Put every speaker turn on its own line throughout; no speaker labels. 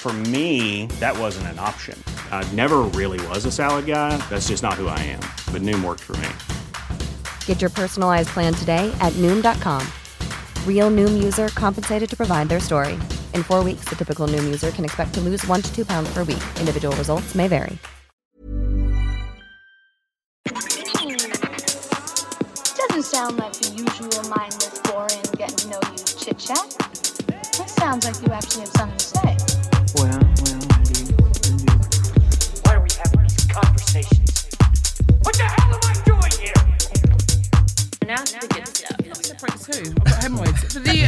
For me, that wasn't an option. I never really was a salad guy. That's just not who I am. But Noom worked for me.
Get your personalized plan today at Noom.com. Real Noom user compensated to provide their story. In four weeks, the typical Noom user can expect to lose one to two pounds per week. Individual results may vary.
Doesn't sound like the usual mindless, boring, getting to know you chit chat. That sounds like you actually have something to say.
Well, well, I do. I do.
Why are we having this conversation? What the hell am I doing here?
Too. I've got hemorrhoids. But the,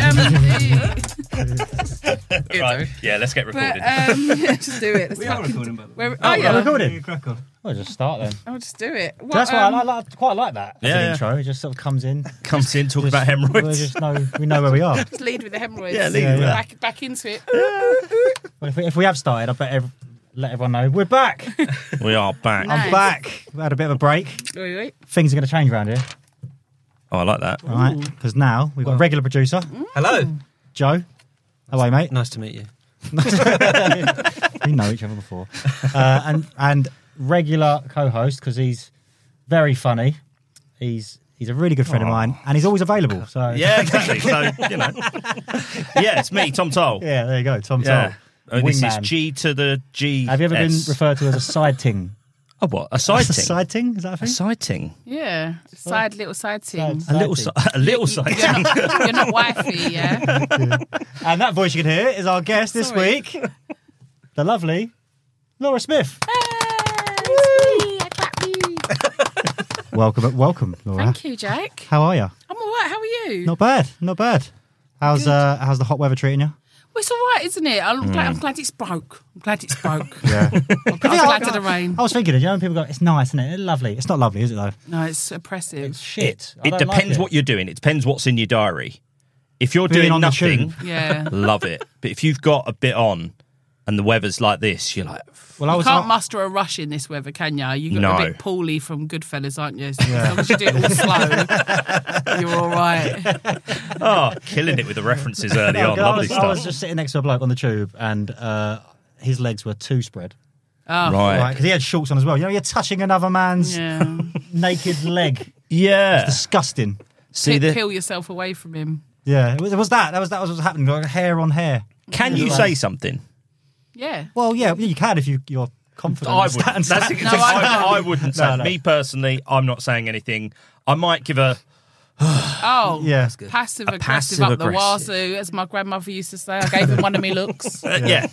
um, the,
Right. Yeah, let's get recorded.
but, um, yeah, just do it. Let's
We
not-
are recording, by the way.
We're- oh, yeah.
recording?
Crack on.
Well, just start then.
I'll just do it. What,
That's why I,
um,
like- like- quite like that. As
Yeah,
an
yeah.
intro. It just sort of comes in.
Comes in, talks about
We
hemorrhoids.
just know we know where we are.
Just lead with the hemorrhoids.
Yeah, lead
with that.
back, back into it.
But if we, if we have started, I bet ev- let everyone know we're back.
we are back.
Nice.
I'm back. We had a bit of a break.
Wait, wait.
Things are going to change around here,
Oh, I like that.
all right? Because now we've got a regular producer,
Mm.
Hello.
Joe. Hello, mate.
Nice to meet you.
We know each other before, uh, and and regular co-host because he's very funny. He's he's a really good friend of mine, and he's always available. So
Yeah, exactly. so, you know. Yeah, it's me, Tom Toll.
yeah. There you go, Tom.
Yeah.
Toll.
Oh, this is
Wingman.
G to the G.
Have you ever been referred to as a side ting?
Oh, what? A sighting.
A side ting? Is that a
A
thing?
sighting.
Yeah. Side little side thing.
Side-
A little, si-
Sighting.
a little sighting.
You're not, you're not wifey, yeah?
And that voice you can hear is our guest this
Sorry.
week, the lovely Laura Smith. welcome, welcome, Laura.
Thank you, Jack.
How are you?
I'm all right. How are you?
Not bad, not bad. How's uh, how's the hot weather treating you?
Well, It's all right, isn't it? I'm, glad, I'm glad it's broke. I'm glad it's broke.
Mm. Yeah.
I'm glad to the rain.
I was thinking, you know, when people go, it's nice, isn't it? It's lovely. It's not lovely, is it though?
No, it's oppressive.
Shit. I
It
don't
depends
like
what you're doing. It depends what's in your diary. If you're
Being
doing
on the
nothing,
tube.
Yeah.
love it. But if you've got a bit on and the weather's like this, you're like,
Well, I
You
was
can't
I-
muster a rush in this weather, can you? You got
No.
a bit poorly from Goodfellas, aren't you? So As long as you do it all slow, you're all right.
oh, killing it with the references early on.
I
Lovely
was, I was
stuff.
just sitting next to a bloke on the tube, and uh, his legs were too spread. Oh, Right,
Right.
because he had shorts on as well. You know, you're touching another man's
Yeah.
naked leg.
Yeah.
Disgusting.
See the,
Peel yourself away from him.
Yeah, it was, it was that. That was that was what was happening. Like hair on hair.
Can you say something?
Yeah.
Well, yeah, you can if you you're confident.
I would.
And
That's the thing.
No, I
I, I wouldn't say.
no.
Me personally, I'm not saying anything. I might give a.
Oh,
Yeah. That's good.
Passive aggressive
passive
up the
aggressive.
wazoo, as my grandmother used to say. I gave him one of me looks.
uh, yeah.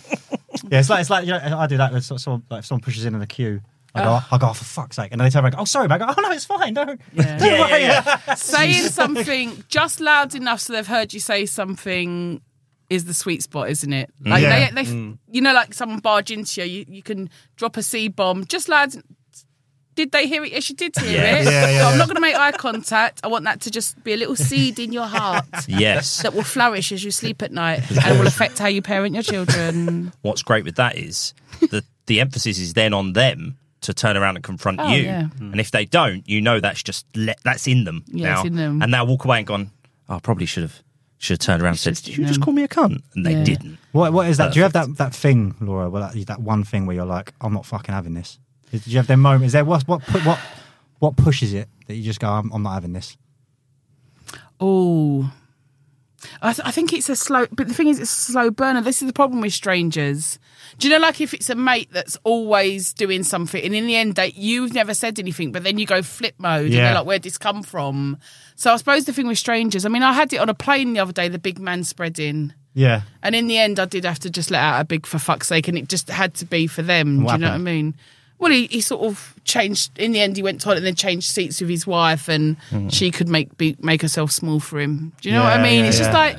yeah, it's like it's like you know, I do that. With sort of someone, like if someone pushes in in the queue. I
Ah.
go, I go, oh, for fuck's sake. And then they turn around and go, oh, sorry, mate. I go, oh, no, it's fine. Don't,
Yeah.
don't
Yeah, yeah,
worry.
yeah.
Saying something just loud enough so they've heard you say something is the sweet spot, isn't it? Like
Yeah. Mm.
they, they you know, like someone barge into you, you, you can drop a C bomb just loud. Did they hear it? Yes, you did hear
Yes.
it.
Yeah, yeah,
so I'm
yeah.
not going to make eye contact. I want that to just be a little seed in your heart
Yes.
that will flourish as you sleep at night and will affect how you parent your children.
What's great with that is the the emphasis is then on them to turn around and confront
Oh,
you.
yeah.
And if they don't, you know that's just le- that's in them
Yeah,
now.
it's in them.
And they'll walk away and gone. Oh, I probably should have should have turned around and said,
It's
"Did
just
you
in
just
them.
call me a cunt?" And they
Yeah.
didn't.
What, what is that? Do you have that, that thing, Laura, well, that, that one thing where you're like, I'm not fucking having this? Do you have that moment? Is there what, what, pu- what, what pushes it that you just go, I'm, I'm not having this?
Oh, I, th- I think it's a slow, but the thing is, it's a slow burner. This is the problem with strangers. Do you know, like if it's a mate that's always doing something, and in the end, that you've never said anything, but then you go flip mode, and
Yeah.
they're like, "Where'd this come from?" So I suppose the thing with strangers. I mean, I had it on a plane the other day, the big man spreading,
Yeah.
and in the end, I did have to just let out a big for fuck's sake, and it just had to be for them.
What
do you know what I
happened?
mean? Well, he, he sort of changed. In the end, he went to toilet and then changed seats with his wife, and
Mm.
she could make be, make herself small for him. Do you know what I
Yeah,
mean?
yeah,
it's just
yeah.
like,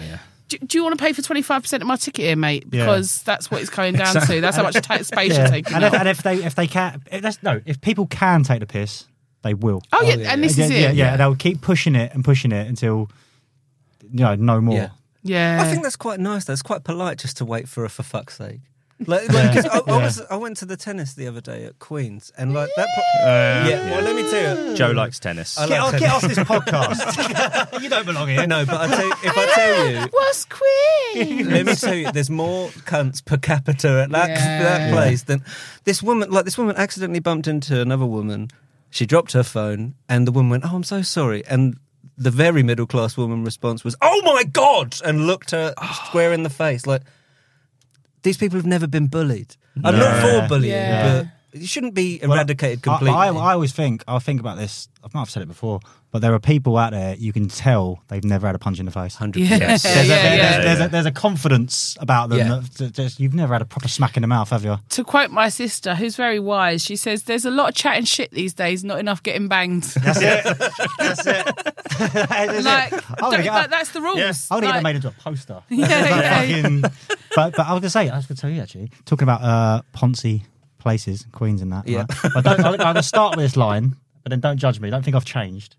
do, do you want to pay for twenty five percent of my ticket here, mate?
Yeah.
Because that's what it's going down
Exactly.
to. That's how much ta space
Yeah.
you're taking.
And if,
up.
and if they if they can, if that's no. If people can take the piss, they will.
Oh, yeah, Oh, yeah, and this
yeah,
is
yeah,
it.
Yeah,
Yeah.
they'll keep pushing it and pushing it until you know, no more.
Yeah.
Yeah.
I think that's quite nice. That's quite polite just to wait for a for fuck's sake. Uh, Like, like, 'cause I, I
Yeah.
was, I went to the tennis the other day at Queens, and like that. Po-
Uh,
yeah,
yeah.
Well, let me tell you,
Joe likes tennis.
I
Get off- get off this
podcast. you don't belong here.
No, but I tell you, if I tell you,
What's Queen?
let me tell you, there's more cunts per capita at that, that place than this woman. Like this woman accidentally bumped into another woman. She dropped her phone, and the woman went, "Oh, I'm so sorry." And the very middle class woman response was, "Oh my god!" and looked her square in the face. Like these people have never been bullied. I'm not
No.
for bullying,
Yeah.
but it shouldn't be
Well,
eradicated
I-
completely.
I, I, always think I think about this. I might have said it before, but there are people out there you can tell they've never had a punch in the face. Hundred
Yeah, Yes.
There's,
yeah,
a, there's,
yeah.
there's a, there's a confidence about them
Yeah.
that, that just, you've never had a proper smack in the mouth, have you?
to quote my sister, who's very wise, she says, "There's a lot of chatting shit these days, not enough getting banged." That's
it.
That's it.
is
like,
it. Oh I
don't-
would've got-
that- that's the rules.
I would have
Like-
made into a poster.
Yeah,
Like
yeah.
fucking- but but I was gonna say I was gonna tell you actually talking about uh, Ponzi places, Queens and that.
Yeah.
right? I don't, I, I'm gonna start with this line, but then don't judge me. Don't think I've changed.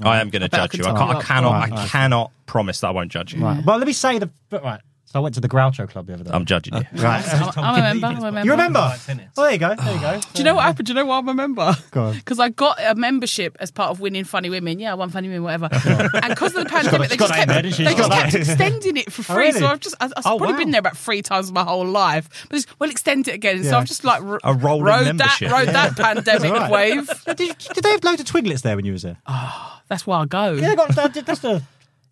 I am going to
I bet I
judge
can
you. I,
talk
can't,
you
I
up.
cannot.
Alright,
I
alright.
cannot promise that I won't judge you.
Right. Well, let me say the but, right. So I went to the Groucho Club the other day.
I'm judging you.
Right.
I, I remember. I remember.
You remember? Oh, there you go. There you go.
Do you know what happened? Do you know what I remember?
Go on.
Because I got a membership as part of winning Funny Women. Yeah, I won Funny Women, whatever. and because of the pandemic, they just,
she's got that
kept,
in there, didn't she?
they
She's
just
got
kept
that.
extending it for
Oh,
free. So
really?
I've just, I, I've
Oh,
probably
wow.
been there about three times my whole life. But it's, well, extend it again. So
Yeah.
I've just like r-
A rolling
rode
membership.
that, rode
Yeah.
that pandemic
That's all right.
wave.
Did, did they have loads of Twiglets there when you was there?
Oh, That's why I go.
Yeah, they got, that, that's the.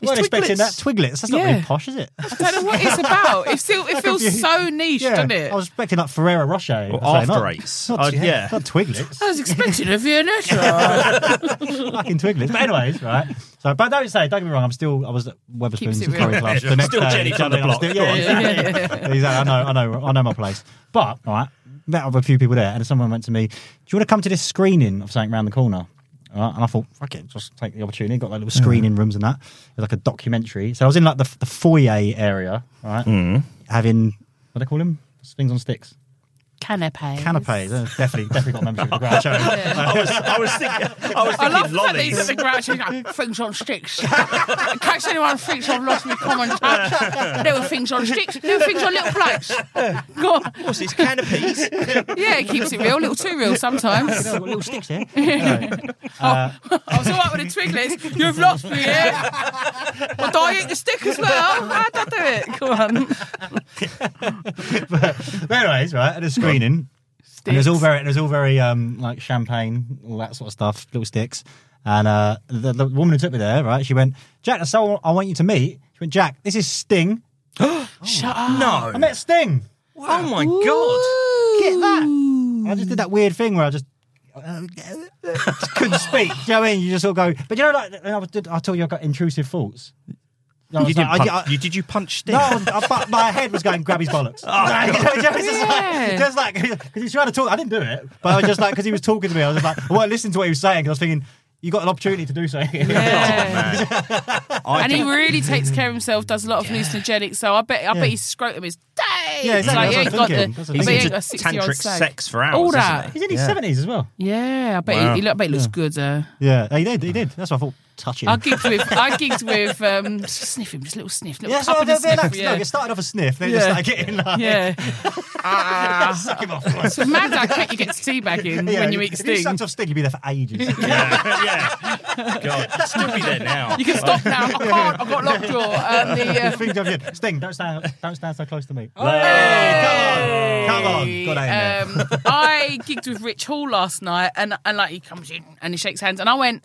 It's
You weren't
Twiglets.
expecting that Twiglets. That's not really
Yeah.
posh, is it?
I don't know what it's about. It, still, it
I'm
feels
confused.
so niche,
Yeah,
doesn't it?
I was expecting like Ferrero Rocher.
Or
I was like,
After
not-
Eights.
Not,
Uh, yeah.
not Twiglets.
I was expecting a Viennetta.
fucking Twiglets. But anyways, right. So, but don't say, don't get me wrong. I'm still, I was at
Keeps
Weatherspoons
it
and Curry
real.
Club.
Still Jenny down the
something, I'm
block.
still-
Go
Yeah,
on.
exactly. exactly. I know, I know, I know my place. But all right, met up with a few people there, and someone went to me, "Do you want to come to this screening of something round the corner?" All right, and I thought, fuck it, just take the opportunity. Got like little screening rooms and that. It was like a documentary. So I was in like the, the foyer area, right?
Mm.
Having what do they call them? Things on sticks.
Canapé.
Canapes. Uh, Definitely, definitely got membership of the Groucho.
I was, I was thinking, I was
I
thinking
love that
lollies.
these are grouchy like, things on sticks. In case anyone thinks I've lost my common touch, there were things on sticks, there were things on little plates. Go on.
What's these canopies?
Yeah, it keeps it real, little too real sometimes. Oh,
I've got little sticks here.
Uh,
I was all right with the Twiglets. You've lost me here. Well, do I eat the stick as well? How'd I do it? Come on.
But anyways, right at a screening, and it was all very, it was all very um, like champagne, all that sort of stuff, little sticks. And uh, the, the woman who took me there, right, she went, "Jack, that's someone I want you to meet." She went, "Jack, this is Sting." Oh.
Shut up.
I met Sting.
Oh my god!
Get that? And I just did that weird thing where I just. just couldn't speak. Do you know what I mean? You just all go, but you know, like and I, was, I told you I got intrusive thoughts. I
You
was
didn't
like, I-
punch,
I-
you, did you punch Sting? Oh,
No, I was- I- but my head was going, grab his bollocks. Like, you know, just,
Yeah.
like, because he was trying to talk. I didn't do it, but I was just like, because he was talking to me, I was just like, I wasn't listening to what he was saying 'cause I was thinking, you got an opportunity to do something. Oh,
I
and he
think-
really takes care of himself, does a lot of hallucinogenics. So I bet, I
Yeah.
bet his scrotum is day.
Yeah, exactly,
Like, he ain't
that's what I'm
got
thinking,
the,
that's
but
what I'm
he
He's
ain't
into
got a sixty-year-old
tantric
slag.
sex for hours,
All
isn't
that.
He's in his seventies as well.
Yeah, I bet,
Wow.
he, I bet he looks good. Uh,
Yeah, he did. He did. That's what I thought. Touching.
I gigged with I gigged with um just sniff him, just a little sniff, little
Yeah, so
cup
I
of the
did.
sniff,
Like,
yeah.
Look, it started off a sniff, then it just
Yeah.
started getting like,
yeah. Ah.
suck him off. like.
it's mad how quick you get to teabag him
Yeah,
when you eat
if you
sting.
sucked off Sting, you'd be there for ages.
yeah, yeah. God, still be there now.
You can stop now. I can't. I've got locked jaw. Um, the, uh,
Things I've had. Sting, don't stand, don't stand so close to me.
Oh. Hey!
Come on, got that in there.
Um, I gigged with Rich Hall last night, and and like he comes in and he shakes hands, and I went,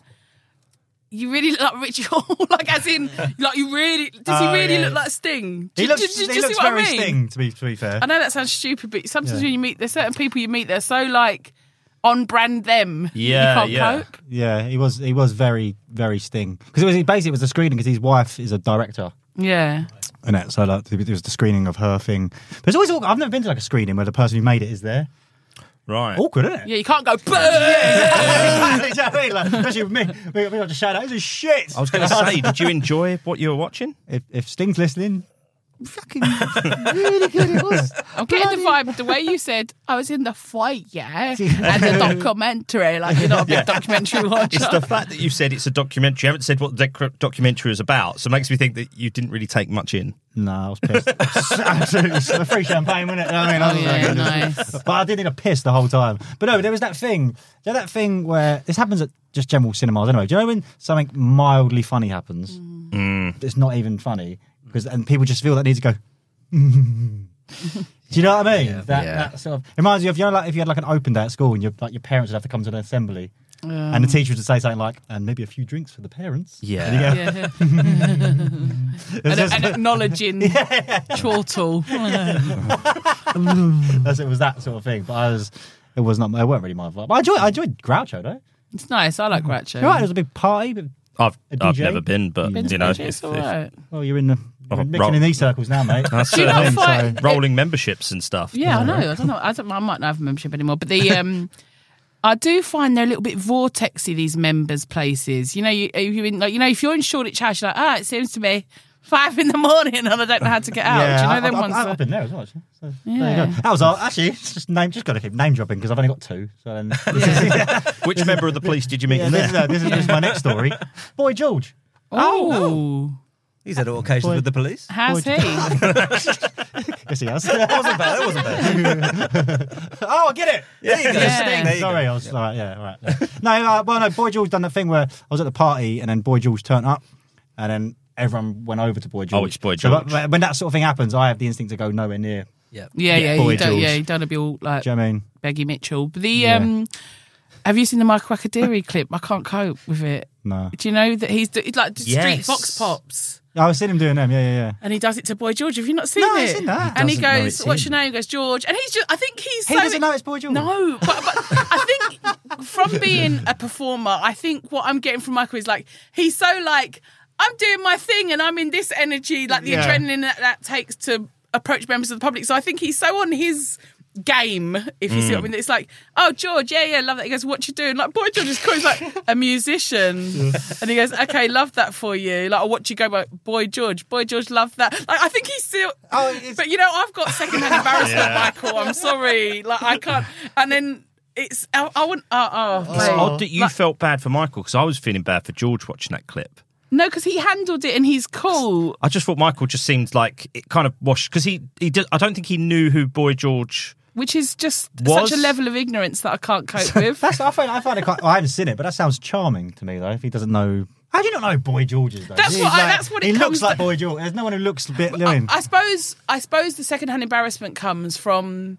you really look like Richie Hall, like as in, like you really. Does
Oh,
he really
yeah.
look like Sting?
He
Do-
looks,
do- do- do
he
you see
looks
what I
very
mean?
Sting, to be, to be fair.
I know that sounds stupid, but sometimes
Yeah.
when you meet, there's certain people you meet, they're so like on brand them. that you can't cope.
yeah. He was, he was very, very Sting because it was he basically it was a screening because his wife is a director.
Yeah.
And it, so like it was the screening of her thing. But it's always awkward. I've never been to like a screening where the person who made it is there.
Right.
Awkward, isn't it?
Yeah, you can't go. Boo!
Exactly, exactly. Like, especially with me, we, we got to shout out. This is shit.
I was going to say, did you enjoy what you were watching?
If, if Sting's listening,
really good it was. I'm getting the vibe the way you said I was in the fight, yeah, and the documentary, like you're not a big
Yeah.
documentary watcher.
It's the fact that you said it's a documentary. You haven't said what the doc- documentary is about, so it makes me think that you didn't really take much in.
No, I was pissed. absolutely it's the free champagne, wasn't it? I mean, I was
Oh, yeah,
nice. But I did need a piss the whole time. But no, there was that thing. There that thing where this happens at just general cinemas anyway. Do you know when something mildly funny happens?
Mm.
It's not even funny because and people just feel that need to go. Do you know what I mean? That,
Yeah.
that sort of it reminds you of you know like if you had like an open day at school and your like your parents would have to come to an assembly.
Yeah.
And the teacher would say something like, and maybe a few drinks for the parents.
Yeah.
And you go,
Yeah. and, and acknowledging chortle.
That's it was that sort of thing. But I was it was not it weren't really my vibe. But I enjoyed I enjoyed Groucho though.
It's nice. I like Groucho.
You're right, it was a big party, but
I've
A
I've
DJ?
never been, but
Been to
you know,
Fiji, it's
if-
all
if-
right. well you're in the you're
Oh,
mixing
roll.
in these circles now, mate.
That's
Do you
it. I
not
think
find-
so. rolling memberships and stuff.
Yeah, I know. I don't know. I, don't, I might not have a membership anymore, but the um, I do find they're a little bit vortexy. These members' places, you know, you if you're in, like you know, if you're in Shoreditch House, you're like, ah, it seems to be five in the morning, and I don't know how to get out.
Yeah,
do you know
I-
them
I-
ones?
I- I've
that-
been there as well. Actually. So,
Yeah.
there you go. That was all. Actually, it's just name. Just got to keep name dropping because I've only got two. So then,
Which member of the police did you meet
yeah,
in
this, is,
there?
uh, this, is, this is my next story. Boy George.
Oh,
He's had all occasions
Boy-
with the police.
how's he?
Yes, he has.
That wasn't bad. That wasn't bad.
oh, I get it.
There you go.
Yeah.
Sting. There you go.
Sorry, I was all right. Yeah, all right. yeah. no, uh, well, no. Boy George done that thing where I was at the party, and then Boy George turned up, and then everyone went over to Boy George.
Oh, it's Boy
So, but-
George.
but when that sort of thing happens, I have the instinct to go nowhere near.
Yeah, yeah,
Boy
you don't,
George.
yeah, you don't want to be all like
Do you know what I mean?
Beggy Mitchell. But the
Yeah.
um, have you seen the Mike Wakadiri clip? I can't cope with it.
No.
Do you know that he's do- it's like street
Yes.
fox pops?
Oh, I was seeing him doing them. Yeah, yeah, yeah.
And he does it to Boy George. Have you not seen
No,
it?
I've seen that. He
and he
doesn't know
goes,
it's
"What's
him.
your name?" He goes, "George." And he's just, I think he's
He
so
doesn't know it's Boy George.
No, but, but I think from being a performer, I think what I'm getting from Michael is like he's so like I'm doing my thing and I'm in this energy, like the
Yeah.
adrenaline that that takes to approach members of the public. So I think he's so on his game if you see what I mean it's like oh George yeah yeah love that he goes what you doing like boy George is cool he's like a musician and he goes okay love that for you like oh, what you go by boy George boy George love that like, I think he's still
Oh, it's-
but you know I've got secondhand embarrassment Michael I'm sorry like I can't and then it's I, I wouldn't oh, oh,
It's
mate.
odd that you
Like-
felt bad for Michael because I was feeling bad for George watching that clip.
no because he handled it and he's cool
I just thought Michael just seemed like it kind of washed because he he did, I don't think he knew who Boy George.
which is just
Was-
such a level of ignorance that I can't cope with
That's, I find I find it quite. well, I haven't seen it, but that sounds charming to me though. If he doesn't know, how do you not know Boy George is? Though?
That's
He's
what I- that's what it
he
comes
looks like.
to-
Boy George. There's no one who looks a bit like him.
I suppose I suppose the secondhand embarrassment comes from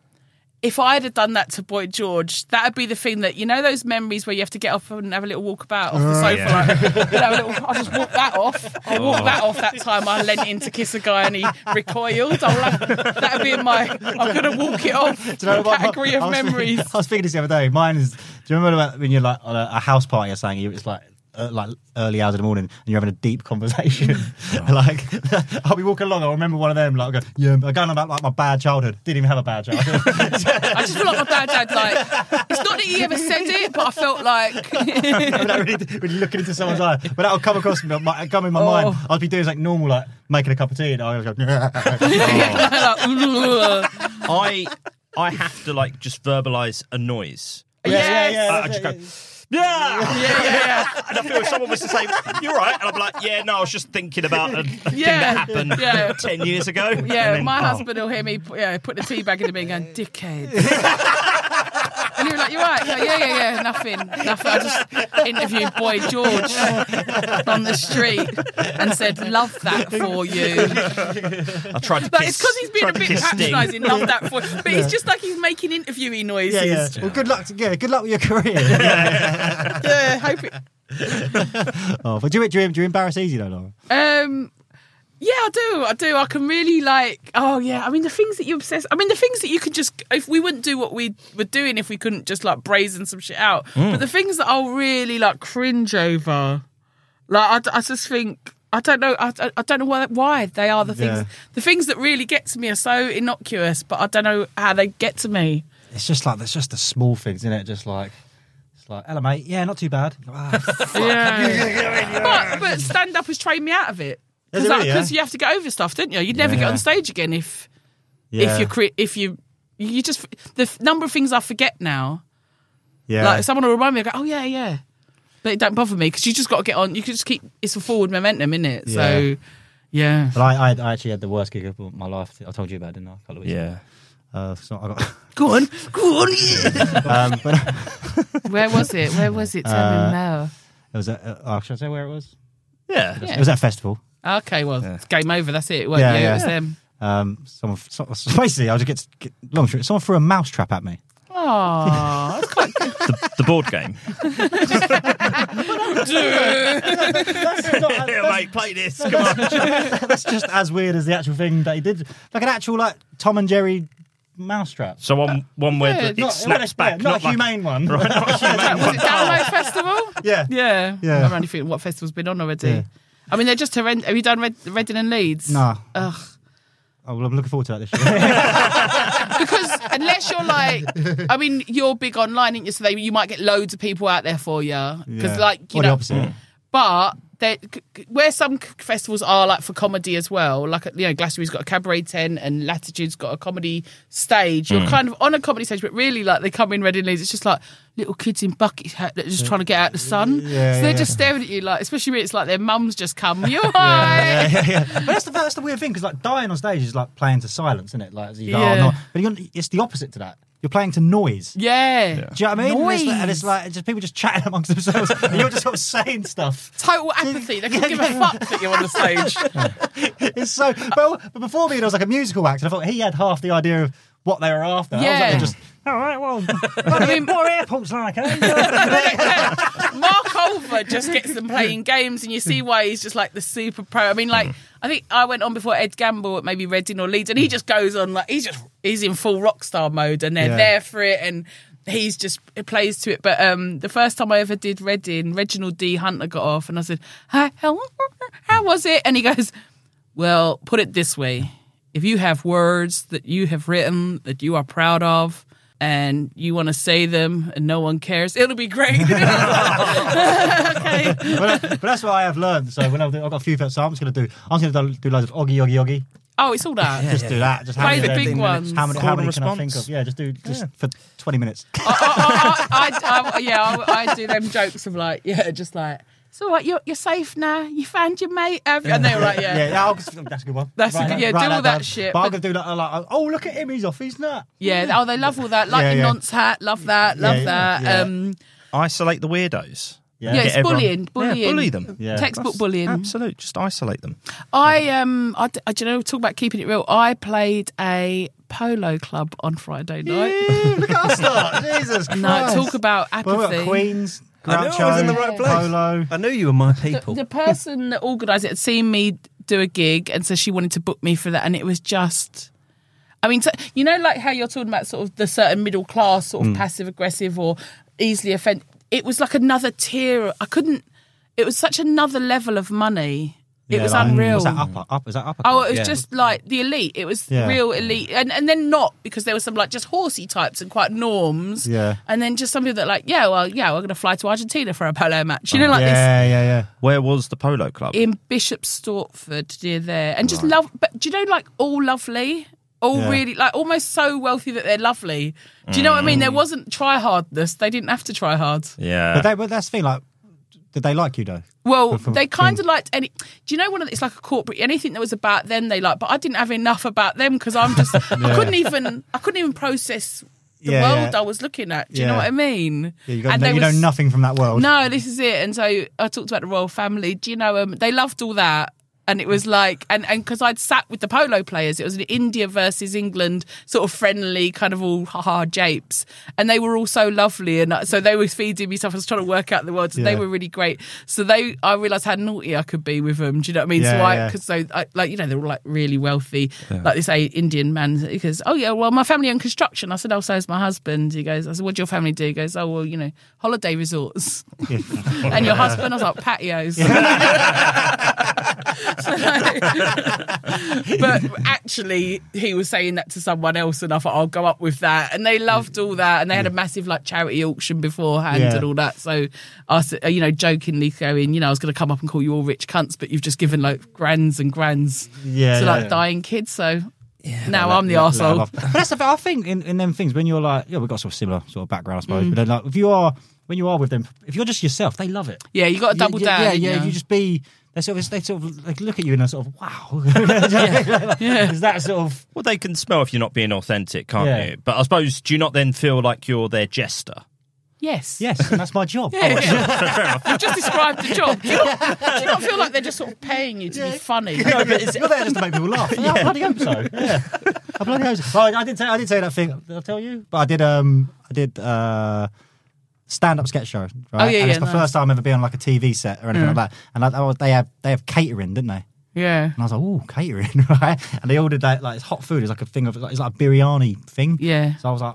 if I'd have done that to Boy George, that'd be the thing that you know those memories where you have to get up and have a little walk about
Oh,
off the sofa. Like, you know, a little, I'll just walk that off. I'll
Oh.
walk that off that time I leant in to kiss a guy and he recoiled. I'll have, that'd be in my I'm gonna walk it off
Do you know what-
category
I
of
was thinking-
memories.
I was thinking this the other day. Mine is. Do you remember about when you're like on a, a house party or something? you- It's like. Uh, like early hours of the morning, and you're having a deep conversation. like, I'll be walking along. I remember one of them. Like, I go, yeah, I'm going on about like my bad childhood. Didn't even have a bad childhood.
I just feel like my dad had like it's not that he ever said it, but I felt like
without really, really looking into someone's eye. But that'll come across me, my, come in my mind.
Oh.
I'll be doing like normal, like making a cup of tea, and I'll go.
like,
I I have to like just verbalise a noise.
Yes. Uh,
I, I
that's
just
it.
go. Yeah, yeah, yeah. and I feel if someone was to say, "You're right," and I'm like, "Yeah, no, I was just thinking about a thing
Yeah,
that happened
yeah.
ten years ago."
Yeah,
And then-
my
oh.
husband will hear me put, yeah, put the tea bag in the bin going, dickhead. and you're like, you're right. Like, yeah, yeah, yeah, nothing. Nothing. I just interviewed boy George on the street and said, love that for you.
I tried to
But
kiss.
it's because he's been
tried
a
to
bit
kiss Sting.
patronising, love that for you. But he's just like he's making interviewee noises.
Yeah, yeah. Well, good luck. To, yeah, good luck with your career.
Yeah, hope it
oh, but do you, do, you, do you embarrass easy though, Laura?
Um, yeah, I do. I do. I can really like. Oh yeah. I mean, the things that you obsess. I mean, the things that you could just. If we wouldn't do what we were doing, if we couldn't just like brazen some shit out.
Mm.
But the things that I'll really like cringe over. Like I, I just think I don't know. I, I- I don't know why, why they are the things.
Yeah.
The things that really get to me are so innocuous, but I don't know how they get to me.
It's just like, it's just the small things, isn't it? Just like, it's like, hello, mate. Yeah, not too bad.
Yeah. but but stand up has trained me out of it
Has
because
it really,
you have to get over stuff, don't you? You'd never get
Yeah.
on stage again if
Yeah.
if you cre- if you you just the f- number of things I forget now.
Yeah.
Like someone will remind me, I go, oh yeah, yeah, but it don't bother me because you just got to get on. You can just keep it's a forward momentum, isn't it? So yeah.
But I, I, I actually had the worst gig of my life. I told you about, it, didn't I? A couple of weeks
Yeah.
Uh, so I got.
go on, go on. yeah.
um, but,
Where was it? Where was it? Tell
Uh,
me now.
It was at, uh, oh, should I say where it was?
Yeah.
It was at a festival.
Okay, well, it's game over. That's it. Well, yeah, it was them.
Um, someone, so, so basically, I'll just get, get long story. Someone threw a mouse trap at me.
Aww, that's quite
The, the board game.
Yeah, mate, play this. Come on.
That's just as weird as the actual thing that he did. Like an actual like Tom and Jerry mouse trap.
So one one where
Yeah,
the-
it's
it
not-
snaps
yeah,
back,
not a
like-
humane one.
Right, not a humane
Was it Download Festival?
Yeah.
Yeah.
Yeah.
I'm only thinking what festival's been on already.
Yeah.
I mean, they're just horrendous. Have you done Red- Reading and Leeds?
No.
Ugh.
Oh, well, I'm looking forward to that this year.
because unless you're like, I mean, you're big online, aren't you? So they, you might get loads of people out there for you. Because,
Yeah.
like, you
Or the
know.
Mm.
opposite.
But they- c- c- where some c- festivals are like for comedy as well, like you know, Glastonbury's got a cabaret tent and Latitude's got a comedy stage.
Hmm.
You're
Mm.
kind of on a comedy stage, but really, like they come in red and leaves. It's just like little kids in bucket hat that are just trying to get out the sun.
Yeah,
so they're
yeah.
just staring at you, like especially when it's like their mum's just come. You all
yeah,
right?
yeah, yeah. But that's the, that's the weird thing because like dying on stage is like playing to silence, isn't it? Like you go,
Yeah.
oh, no. but you're, it's the opposite to that. You're playing to noise.
Yeah.
Do you know what I mean? And it's like- And, it's,
Noise.
like just people just chatting amongst themselves, and you're just sort of saying stuff.
Total apathy. They couldn't give a fuck that you're on the stage.
it's so. Well, but before me, it was like a musical act, and I thought he had half the idea of what they were after. I was like,
Yeah.
just all right. Well,
I mean,
more airports like, eh?
Mark Olver just gets them playing games, and you see why he's just like the super pro. I mean, like I think I went on before Ed Gamble at maybe Reading or Leeds, and he just goes on like he's just he's in full rock star mode, and they're
Yeah.
there for it, and he's just it plays to it. But um, the first time I ever did Reading, Reginald D Hunter got off, and I said, "Hi, how how was it?" And he goes, "Well, put it this way." if you have words that you have written that you are proud of and you want to say them and no one cares, it'll be great. okay.
but, uh, but that's what I have learned. So when I do, I've got a few so I'm just gonna do. I'm just gonna do, do loads of oggy oggy oggy.
Oh, it's all that.
just do that. Just how
Play
many
the big
minutes-
ones.
How many? How
Call
many
and
can I think
response.
of? Yeah, just do just for 20 minutes.
I, I, I- yeah, I, I do them jokes of like, yeah, just like, it's all right, you're, you're safe now. You found your mate, have you? And they were like, yeah.
yeah, I'll, oh, that's a good one.
That's a
Write
good- yeah, do all that
down.
shit,
But I'm
but-
gonna do that. uh, Like, oh, look at him, he's off, he's not.
Yeah, oh, they love all that. Like
Yeah,
your
yeah.
nonce hat, love that, love
Yeah,
that.
yeah.
Um,
isolate the weirdos.
Yeah. Yeah,
Get
it's bullying, bullying.
Yeah, bully them.
Yeah. Textbook
That's-
bullying.
Absolute. Just isolate them.
I um, I, d- I- do you know, talk about keeping it real. I played a polo club on Friday night.
look at us lot. Jesus Christ.
No, talk about
Well, we've
apathy.
got Queens,
I knew I was in the
Groucho,
right place.
Polo.
I knew you were my people.
The person that organised it had seen me do a gig, and so she wanted to book me for that, and it was just. I mean, so, you know, like how you're talking about sort of the certain middle class, sort of
Mm.
passive aggressive or easily offend. It was like another tier. I couldn't. It was such another level of money. It
Yeah,
was
like, mm,
unreal.
Was that upper? Up, was that upper?
Oh,
class?
it was
Yeah.
just like the elite. It was
Yeah.
real elite, and and then not because there were some like just horsey types and quite norms.
Yeah.
and then just some people that like, yeah, well, yeah, we're gonna fly to Argentina for a polo match. You know, like
yeah, yeah.
Where was the polo club?
this in Bishop Stortford near there, and just love. But do you know, like all lovely, all
Yeah.
really like almost so wealthy that they're lovely. Do you know what I mean?
Mm.
There wasn't try hardness. They didn't have to try hard.
Yeah.
But, they, but that's the thing. Like, did they like you though?
Well,
From-
they kind of
from-
liked any. Do you know one of the- it's like a corporate anything that was about them they liked, but I didn't have enough about them because I'm just I
Yeah.
couldn't even I couldn't even process the
Yeah,
world
yeah.
I was looking at. Do you know
Yeah.
what I mean?
Yeah, you, got
And
no,
they
you
was-
know nothing from that world.
No, this is it. And so I talked about the royal family. Do you know um, they loved all that, and it was like and and because I'd sat with the polo players, it was an India versus England sort of friendly kind of all ha ha japes, and they were all so lovely, and I- so they were feeding me stuff. I was trying to work out the words, and
Yeah.
they were really great. So they, I realised how naughty I could be with them. Do you know what I mean? so
Yeah,
I
yeah.
because so I, like you know they're all like really wealthy,
Yeah.
like this a- Indian man. He goes, oh yeah, well my family own construction. I said, oh so is my husband. He goes, I said, what do your family do? He goes, oh well you know holiday resorts. and your husband, I was like patios. but actually, he was saying that to someone else, and I thought I'll go up with that. And they loved all that, and they had a massive like charity auction beforehand
Yeah.
and all that. So I, s- you know, jokingly going, you know, I was going to come up and call you all rich cunts, but you've just given like grands and grands
Yeah,
to
yeah,
like
yeah.
dying kids. So now Oh, I'm the
Let- let
arsehole.
off. But that's the I think in, in them things when you're like, yeah, we've got sort of similar sort of background, I suppose.
Mm.
But then, like, if you are when you are with them, if you're just yourself, they love it.
Yeah, you got to double down.
Yeah,
didn't
yeah.
you?
You just be. They sort of they sort of like look at you and they're sort of wow. yeah. Is that sort of
well, they can smell if you're not being authentic, can't
Yeah.
you? But I suppose do you not then feel like you're their jester?
Yes.
Yes, and that's my job.
Yeah, yeah. You've just described the job. Do you, not, do you not feel like they're just sort of paying you to be funny?
you're there just to make people laugh. Yeah. I Oh, bloody hope so. Yeah. I bloody hope so. Well, I didn't say I didn't say that thing. Did I tell you? But I did. Um, I did. Uh, Stand up sketch show, right?
Oh, yeah,
and
yeah,
it's my
nice.
first time ever being on like a TV set or anything
Yeah.
like that. And I, I was, they have they have catering, didn't they?
Yeah.
And I was like, "Oh, catering, right?" And they ordered like, like it's hot food. It's like a thing of it's like a biryani thing.
Yeah.
So I was like,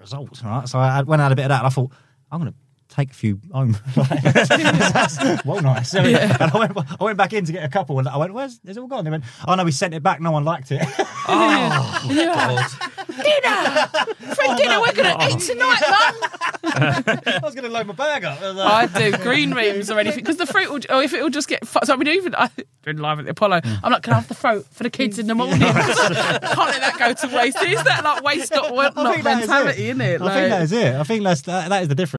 results, right? So I had- went and had a bit of that, and I thought, I'm gonna take a few home. That's- well, nice.
Yeah.
And I went, I went back in to get a couple, and I went, "Where's is it all gone?" They went, "Oh no, we sent it back. No one liked it."
Oh, Dinner! Free
Oh,
dinner, we're going to eat tonight, mum!
I was gonna load my bag up.
I do green rooms or anything because the fruit will, or if it will just get. fu- So I mean, even I doing live at the Apollo, I'm like, can I have the fruit for the kids in the morning? Can't let that go to waste. Is that like waste not want
I
not
think that is
mentality, isn't it?
I think that is it. I think that's that, that is the difference.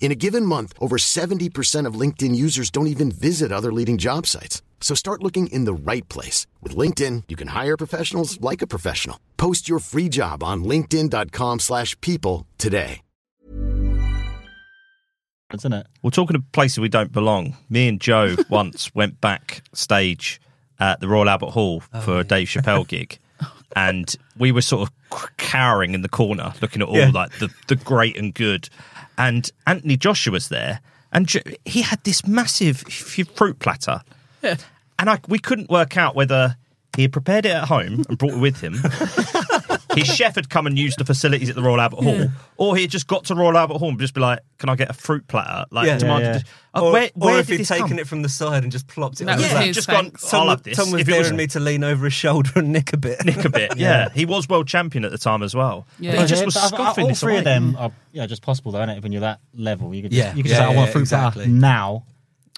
In a given month, over 70% of LinkedIn users don't even visit other leading job sites. So start looking in the right place. With LinkedIn, you can hire professionals like a professional. Post your free job on linkedin.com/people slash people today.
isn't it?
Well, talking of places we don't belong, me and Joe once went backstage at the Royal Albert Hall for a Dave Chappelle gig. And we were sort of cowering in the corner, looking at all
Yeah.
like the, the great and good. And Anthony Joshua was there, and Jo- he had this massive f- fruit platter. And I, we couldn't work out whether he had prepared it at home and brought it with him, his chef had come and used the facilities at the Royal Albert Hall, or he had just got to Royal Albert Hall and just be like, "Can I get a fruit platter?" Like,
Yeah.
demand-
Yeah, yeah.
Uh,
or,
where,
or
where
if
did
he'd
this
taken
come?
it from the side and just plopped it
That
on the
was
plate.
his, Just gone, thanks. "I'll
Tom-
have this."
Tom was
If it was-
daring me to lean over his shoulder and nick a bit.
Nick a bit, yeah.
Yeah.
He was world champion at the time as well.
Yeah.
But he just
Yeah,
was
but I- I-
scoffing
all
this
three
away.
of them are yeah, just possible though, isn't it? When you're that level, you could just,
Yeah.
you could
Yeah,
just say, "I want
yeah,
fruit
exactly.
platter now."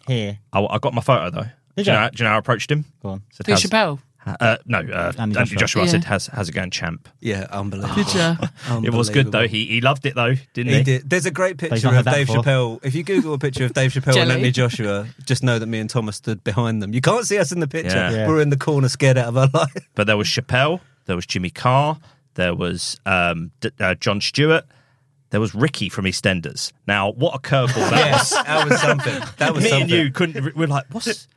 Here,
I, I got my photo though.
Did
do, you
you?
know, how- do you know how I approached him?
Go on.
Said,
Who,
"How's-
Chappelle?
Uh, no, uh, Andy, Joshua. I
Yeah.
said, how's, "How's it going, champ?"
Yeah, unbelievable. Did ya?
Oh,
it was good
Unbelievable.
though. He he loved it though, didn't he?
He did. There's a great picture of Dave Chappelle. If you Google a picture of Dave Chappelle and
Jelly.
Anthony Joshua, just know that me and Thomas stood behind them. You can't see us in the picture.
Yeah. Yeah.
We're in the corner, scared out of our life.
But there was Chappelle, there was Jimmy Carr, there was um, D- uh, John Stewart, there was Ricky from EastEnders. Now, what a curveball that
Yes,
was!
that was something. That was
Me
something. Uh,
and you couldn't. We were like, what's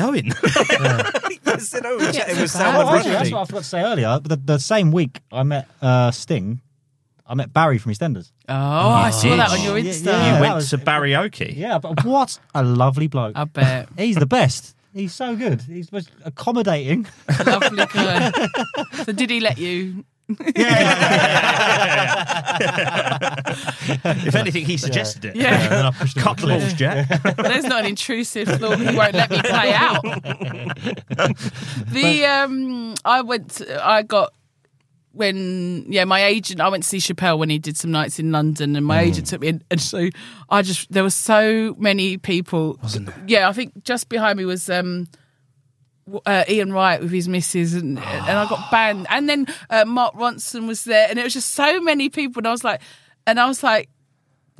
Owen?
Sid Owen was- it was
Oh,
Salman
actually, that's
Rushdie.
what I forgot to say earlier. But the, the same week I met uh, Sting, I met Barry from EastEnders.
Oh, I saw that on your
Yeah,
Insta.
yeah,
you
that
went
was-
to Barrioke.
Yeah, but what a lovely bloke! I
bet
he's the best. He's so good. He's the most accommodating.
Lovely guy. so did he let you?
if anything, he suggested it.
Yeah.
And I pushed him off the cliff. Jack.
There's not an intrusive thought. He won't let me play out. The um, I went. I got when yeah, my agent. I went to see Chappelle when he did some nights in London, and my
Mm.
agent took me. In, and so I just there were so many people. Yeah, I think just behind me was um. w- Uh, Ian Wright with his missus and and I got banned and then uh, Mark Ronson was there and it was just so many people and I was like and I was like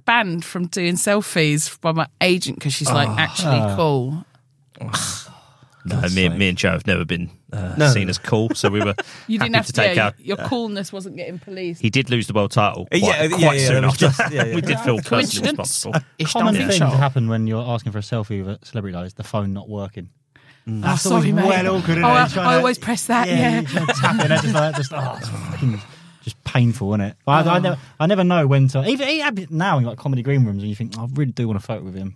banned from doing selfies by my agent because she's like
Oh.
Ah.
actually
Oh.
cool.
No, me, and- me and Joe have never been uh,
No.
seen as cool, so we were happy
You didn't have
to
to.
take
yeah,
our.
your coolness wasn't getting policed.
He did lose the world title quite,
Uh, Yeah, yeah,
quite
yeah,
soon
that was
after.
just- yeah, yeah.
We did feel personally
Coincidence?
responsible.
A
It's
common
done
thing
official.
to happen when you're asking for a selfie with a celebrity though is the phone not working.
Oh,
That's
sorry,
always
mate.
well awkward,
oh,
isn't it?
I,
You're trying
I
to-
always press that. Yeah,
you try to tap it, and it's just like just oh, it's fucking just painful, isn't it? But I, I
Oh.
never, I never know when to. Even, even now in like comedy green rooms, and you think "Oh, I really do want a photo with him.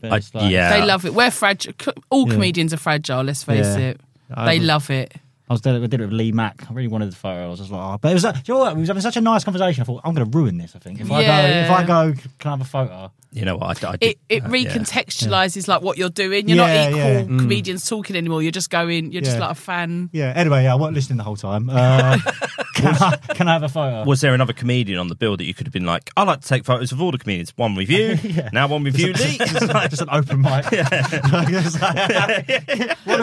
But
I-
it's like-
they love it. We're fragile. All
Yeah.
comedians are fragile. Let's face
Yeah.
it.
I
They
was-
love it.
I was there, I did it with Lee Mack. I really wanted the photo. I was just like, oh. but it was. like- You know what? We was having such a nice conversation. I thought I'm going to ruin this. I think if
Yeah.
I go, if I go, can I have a photo?
You know what? I, I
It
did,
it
uh, yeah.
recontextualises like what you're doing. You're
Yeah,
not equal
yeah. Mm.
comedians talking anymore. You're just going. You're just
Yeah.
like a fan.
Yeah. Anyway, yeah, I wasn't listening the whole time. Uh, can I? Can I have a photo?
Was there another comedian on the bill that you could have been like, I like to take photos of all the comedians. One with you, now one with you, Lee.
Just, just an open mic. It's like- one,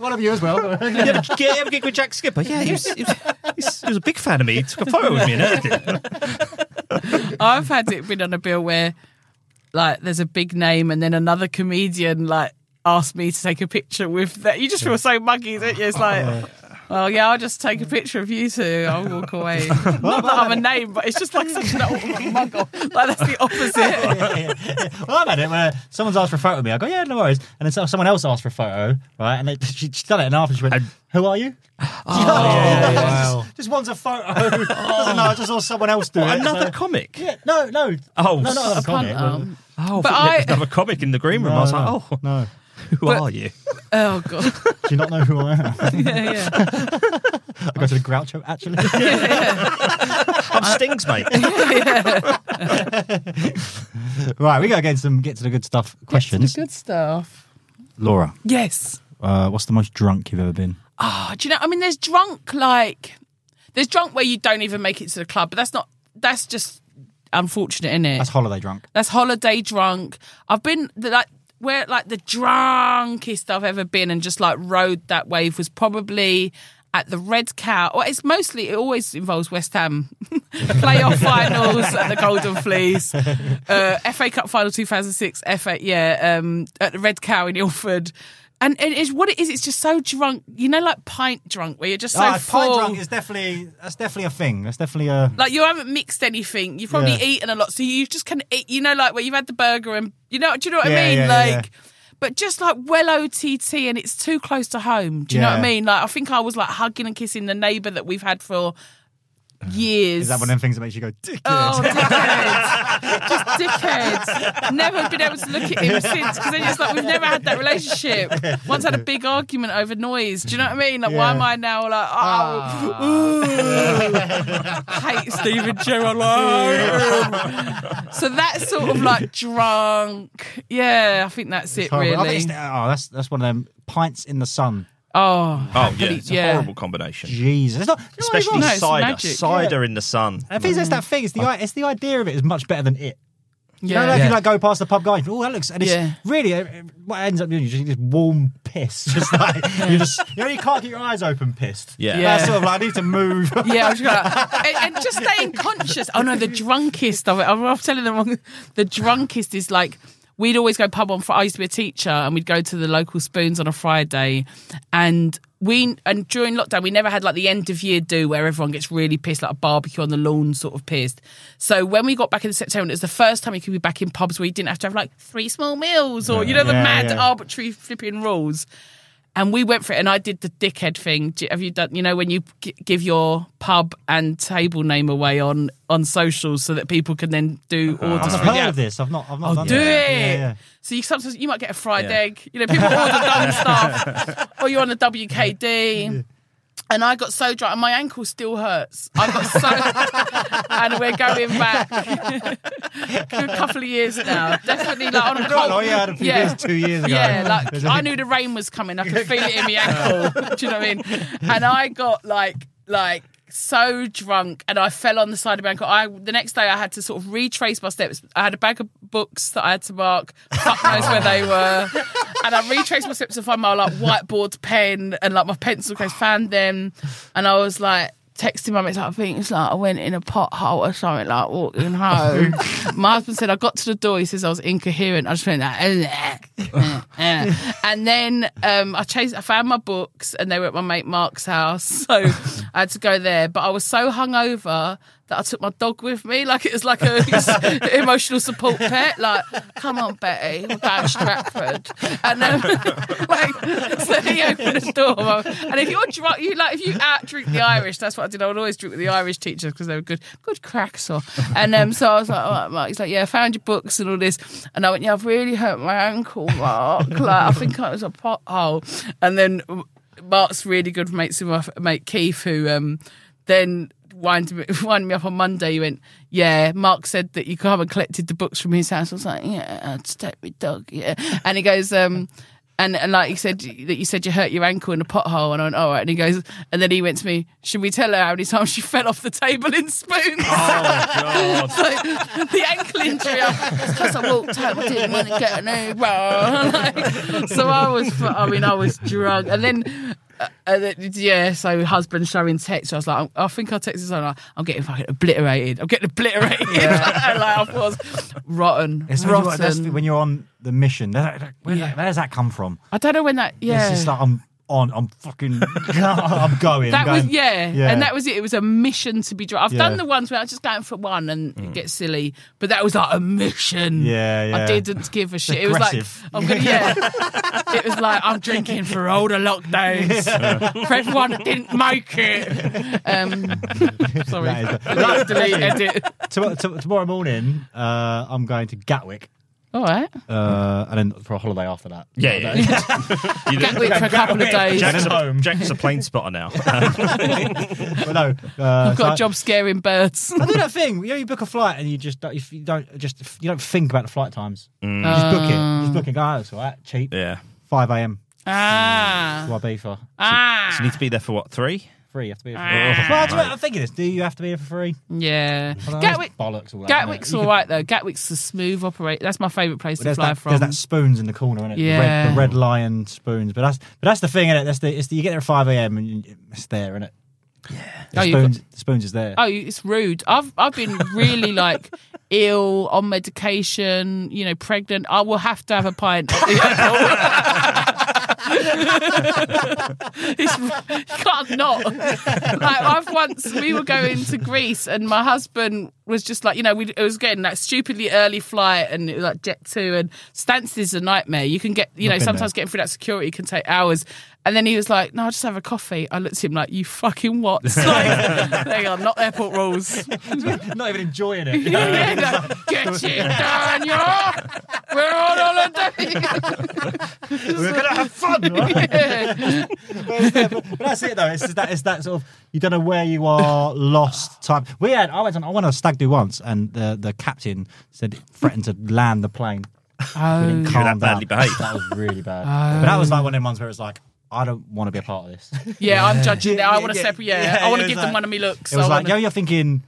one of you as well.
you ever, you ever gig with Jack Skipper? Yeah, he was, he, was, he's- he was a big fan of me. He took a photo with me and everything.
I've had it been on a bill where like there's a big name and then another comedian like asked me to take a picture with that. You just feel so muggy, don't you? It's like Oh yeah, I'll just take a picture of you two. I'll walk away. Not that I'm a name, but it's just like such an old mug off. Like that's the opposite.
Well, I've had it where someone's asked for a photo of me. I go, yeah, no worries. And then so- someone else asked for a photo, right? And they, she, she's done it, and after she went, who are you?
yeah, yeah.
just, just wants a photo. Doesn't know, I just saw someone else do it.
another
so-
comic?
Yeah, no, no.
Oh,
no, not another
a
comic.
pun- um, oh,
But
but I...
I-
was another comic in the green room. I was like, oh,
no.
who are you?
Oh god.
Do you not know who I am?
Yeah, yeah.
I go to the Groucho, actually.
I'm Stings, mate.
right, we got to get some get to the good stuff questions.
Good stuff.
Laura,
Yes.
uh, what's the most drunk you've ever been?
Oh, do you know? I mean, there's drunk like there's drunk where you don't even make it to the club, but that's not that's just unfortunate, isn't it?
That's holiday drunk.
That's holiday drunk. I've been the- like where like the drunkest I've ever been, and just like rode that wave was probably at the Red Cow. Well, it's mostly it always involves West Ham playoff finals at the Golden Fleece, uh, FA Cup final two thousand six, FA yeah um, at the Red Cow in Ilford. And and it's what it is. It's just so drunk, you know, like pint drunk, where you're just so
Ah, pint
full.
drunk is definitely that's definitely a thing. That's definitely a
Like you haven't mixed anything. You've probably
Yeah.
eaten a lot, so you just kind of eat. You know, like where you've had the burger and you know, do you know what
Yeah,
I mean?
yeah, yeah,
like, but just like well OTT, and it's too close to home. Do you know what
Yeah.
I mean? Like, I think I was like hugging and kissing the neighbour that we've had for years.
is that one of them things that makes you go dickhead?
Oh, dickheads. Just dickheads. Never been able to look at him since because then it's like we've never had that relationship. Once had a big argument over noise. Do you know what I mean? Like, why
Yeah.
am I now like, oh,
Ah,
ooh, hate Stephen Gerrard? so that's sort of like drunk. Yeah, I think that's it,
It's horrible. I
really.
think it's- oh, that's that's one of them pints in the sun.
oh,
Oh, yeah, it's a
yeah.
horrible combination.
Jesus, it's not, you know what it
Especially
is?
No, it's
cider.
magic.
Cider in the sun.
I think that's that thing. It's the i- it's the idea of it is much better than it. You know,
Oh. Yeah.
like if you
Yeah.
like go past the pub guy, oh that looks, and it's
Yeah.
really uh, what ends up doing is you just get this warm piss, just like you just you know you can't keep your eyes open, pissed.
Yeah.
that's
Yeah.
sort of like I need to move.
Yeah, I was gonna, and, and just staying conscious. Oh no, the drunkest of it. I'm, I'm telling the wrong. The drunkest is like we'd always go pub on. Fri- I used to be a teacher, and we'd go to the local spoons on a Friday, and. We and during lockdown we never had like the end of year do where everyone gets really pissed like a barbecue on the lawn sort of pissed. So when we got back in September, it was the first time we could be back in pubs where you didn't have to have like three small meals or you know the
Yeah,
mad
yeah.
arbitrary flipping rules and we went for it and i did the dickhead thing Do you- have you done you know when you g- give your pub and table name away on on socials so that people can then do orders
Uh-huh. I've
from the
heard
app?
of this. I've not. I've not
Oh,
done
do
that.
it!
Yeah, yeah.
So you sometimes you might get a fried
Yeah.
egg. You know, people order dumb stuff, or you're on the WKD. And I got so drunk, and my ankle still hurts. I got so, and we're going back a couple of years now. Definitely, like on a
Well,
cold.
oh, I had a few years two years ago.
Yeah, like
There's
I
nothing-
knew the rain was coming. I could feel it in my ankle. Do you know what I mean? And I got like like so drunk, and I fell on the side of my ankle. I the next day I had to sort of retrace my steps. I had a bag of books that I had to mark. Fuck knows where they were. And I retraced my steps to find my like whiteboard pen and like my pencil case. Found them, and I was like. Texting my mates, like, I think it's like I went in a pothole or something, like walking home. my husband said, I got to the door. He says I was incoherent. I just went "Ah, like, Eh. and then um, I chased. I found my books, and they were at my mate Mark's house, so I had to go there. But I was so hungover that I took my dog with me, like it was like a emotional support pet. Like, come on, Betty, we're going to Stratford, and then like so he opened the door. And if you're drunk, you like if you out drink the Irish, that's what I did. I would always drink with the Irish teachers because they were good, good cracks or. And um, so I was like, all right, Mark. He's like, yeah, I found your books and all this. And I went, yeah, I've really hurt my ankle, Mark. Like, I think it was a pothole. And then Mark's really good mates with my f- mate Keith, who um, then wind me, wind me up on Monday. He went, yeah. Mark said that you come and collected the books from his house. I was like, yeah, I had to take my dog. Yeah, and he goes, um, and, and like he said that you said you hurt your ankle in a pothole, and I went, all right. And he goes, and then he went to me, should we tell her how many times she fell off the table in spoons?
Oh,
God.
so the ankle injury, because I walked home, I didn't want to get an Uber. Like, so I was, fu- I mean, I was drunk, and then. Uh, uh, th- yeah, so husband showing text. I was like, I think I texted his son, like, I'm getting fucking obliterated. I'm getting obliterated. like, I was rotten.
It's when
rotten.
you're, that's when you're on the mission. That- that- where,
Yeah.
where does that come from?
I don't know when that. Yeah,
It's just like I'm on. I'm fucking. I'm going.
that
I'm
was
going.
yeah. and that was it. It was a mission to be dropped. I've
Yeah. Mm.
done the ones where I was just going for one and it gets silly, but that was like a mission.
Yeah,
I
yeah.
didn't give a shit.
Aggressive.
It was like I'm gonna yeah. it was like I'm drinking for all the lockdowns for everyone that didn't make it. Um, sorry, delete edit.
Tomorrow, to- tomorrow morning, uh, I'm going to Gatwick,
All right,
uh, and then for a holiday after that.
Yeah, yeah, yeah. You
Gatwick
don't-
for a couple of days.
Jack's
And
a,
then home.
Jack's a plane spotter now.
But no, uh,
I've
so
got
I-
a job scaring birds.
I do that thing. You know, you book a flight and you just don't, if you don't just you don't think about the flight times. You just book it. You just book it. Go, oh, it's all right. Cheap.
Yeah.
Five a.m.
Ah.
To Ibiza.
Ah.
So you need to be there for what, three?
Three, you have to be there for
Ah.
Well, I do- I'm thinking this. Do you have to be here for free?
Yeah.
Although that's
Gatwick,
bollocks. All that,
Gatwick's
isn't it?
all right though. Gatwick's a smooth operator. That's my favourite place
But
to
there's,
fly
that,
from.
there's that spoons in the corner, isn't it?
Yeah.
The, red, the red lion spoons. But that's but that's the thing, innit? That's the, it's the you get there at five a.m. and you- it's there, innit? Yeah. The
Oh, you've
spoons, the spoons is there.
Oh, it's rude. I've I've been really like ill on medication. You know, pregnant. I will have to have a pint. at the airport. it's, you can't not. Like I've once we were going to Greece and my husband was just like you know we it was getting that stupidly early flight and it was like jet two and Stansted is a nightmare. You can get you
Not
know
been
sometimes
there.
getting through that security can take hours. And then he was like, "No, I'll just have a coffee." I looked at him like, "You fucking what?" Like, they are not airport rules.
not even enjoying it.
yeah, yeah, like, Get it done, yo! We're on holiday.
We're gonna have fun, right?
Yeah.
but, it's there, but- but that's it though. It's just that it's that sort of you don't know where you are, lost time. We had I went on I went on a stag do once, and the the captain said threatened to land the plane.
Oh.
didn't
You were
calm
that badly
down.
behaved.
That was really bad.
Oh.
But that was like one of them ones where it's like. I don't want to be a part of this.
Yeah, I'm judging now. I want to
yeah,
separate. Yeah,
yeah,
I want
it
to
was
give them
like-
one of me looks.
It was
I
like,
wanna-
yo, you're thinking,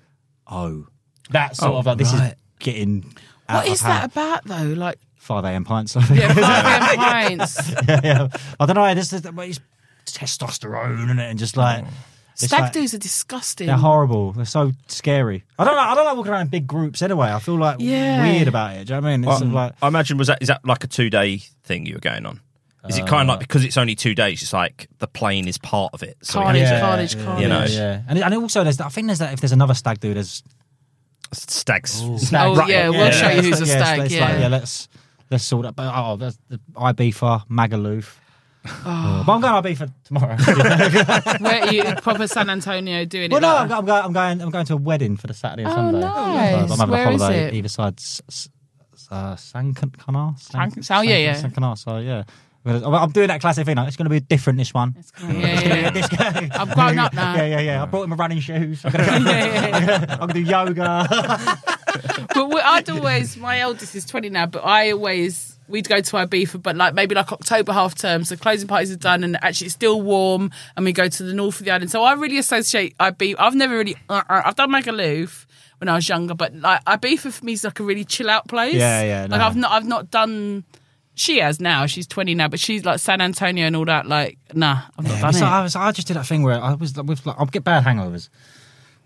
oh, that sort
Oh,
of like this
right.
is getting.
what is that about though? Like
Five a.m. pints. I think.
Yeah, 5 a.m. pints.
yeah, yeah. I don't know. This is but it's testosterone and it, and just like it's
stag
like-
do's are disgusting.
They're horrible. They're so scary. I don't. know. I don't like walking around in big groups anyway. I feel like
Yeah.
weird about it. Do you know what I mean? It's
Well,
sort of like
I imagine was that is that like a two day thing you were going on? Is it kind of like because it's only two days? It's like the plane is part of it. we have
Carnage,
to-
carnage,
You know,
carnage. yeah. And, and also, there's I think there's that if there's another stag do, there's
stags.
Stag.
Oh, yeah, we'll show you who's a
it's-
stag,
it's
yeah.
Like, yeah, let's let's sort that. But oh, that's the Ibiza, Magaluf.
Oh.
Uh, but I'm going to Ibiza tomorrow.
Where are you proper San Antonio doing
well,
it?
no,
like-
I'm, go- I'm going. I'm going. I'm going to a wedding for the Saturday and
Oh,
Sunday.
nice.
So I'm having
Where
a
is
holiday
it?
either side. S- s- uh, San Can- Canar.
San- oh, yeah, yeah.
San Canar. So yeah, But uh, I'm- I'm doing that classic thing. Like, it's going to be different this one.
Yeah, yeah, yeah. I've grown up now.
Yeah, yeah, yeah. I brought him a running shoes. I'm going to do yoga.
but we- I'd always, my eldest is 20 now, but I always, we'd go to Ibiza, but like maybe like October half term, so closing parties are done and actually it's still warm and we go to the north of the island. So I really associate Ibiza. I've never really, uh, uh, I've done Magaluf when I was younger, but like Ibiza for me is like a really chill out place.
Yeah, yeah,
Like
no.
I've not, I've not done. She has now. She's twenty now, but she's like San Antonio and all that. Like, nah, I've not done
so
it.
I, was, I just did that thing where I was like, with like, I'll get bad hangovers.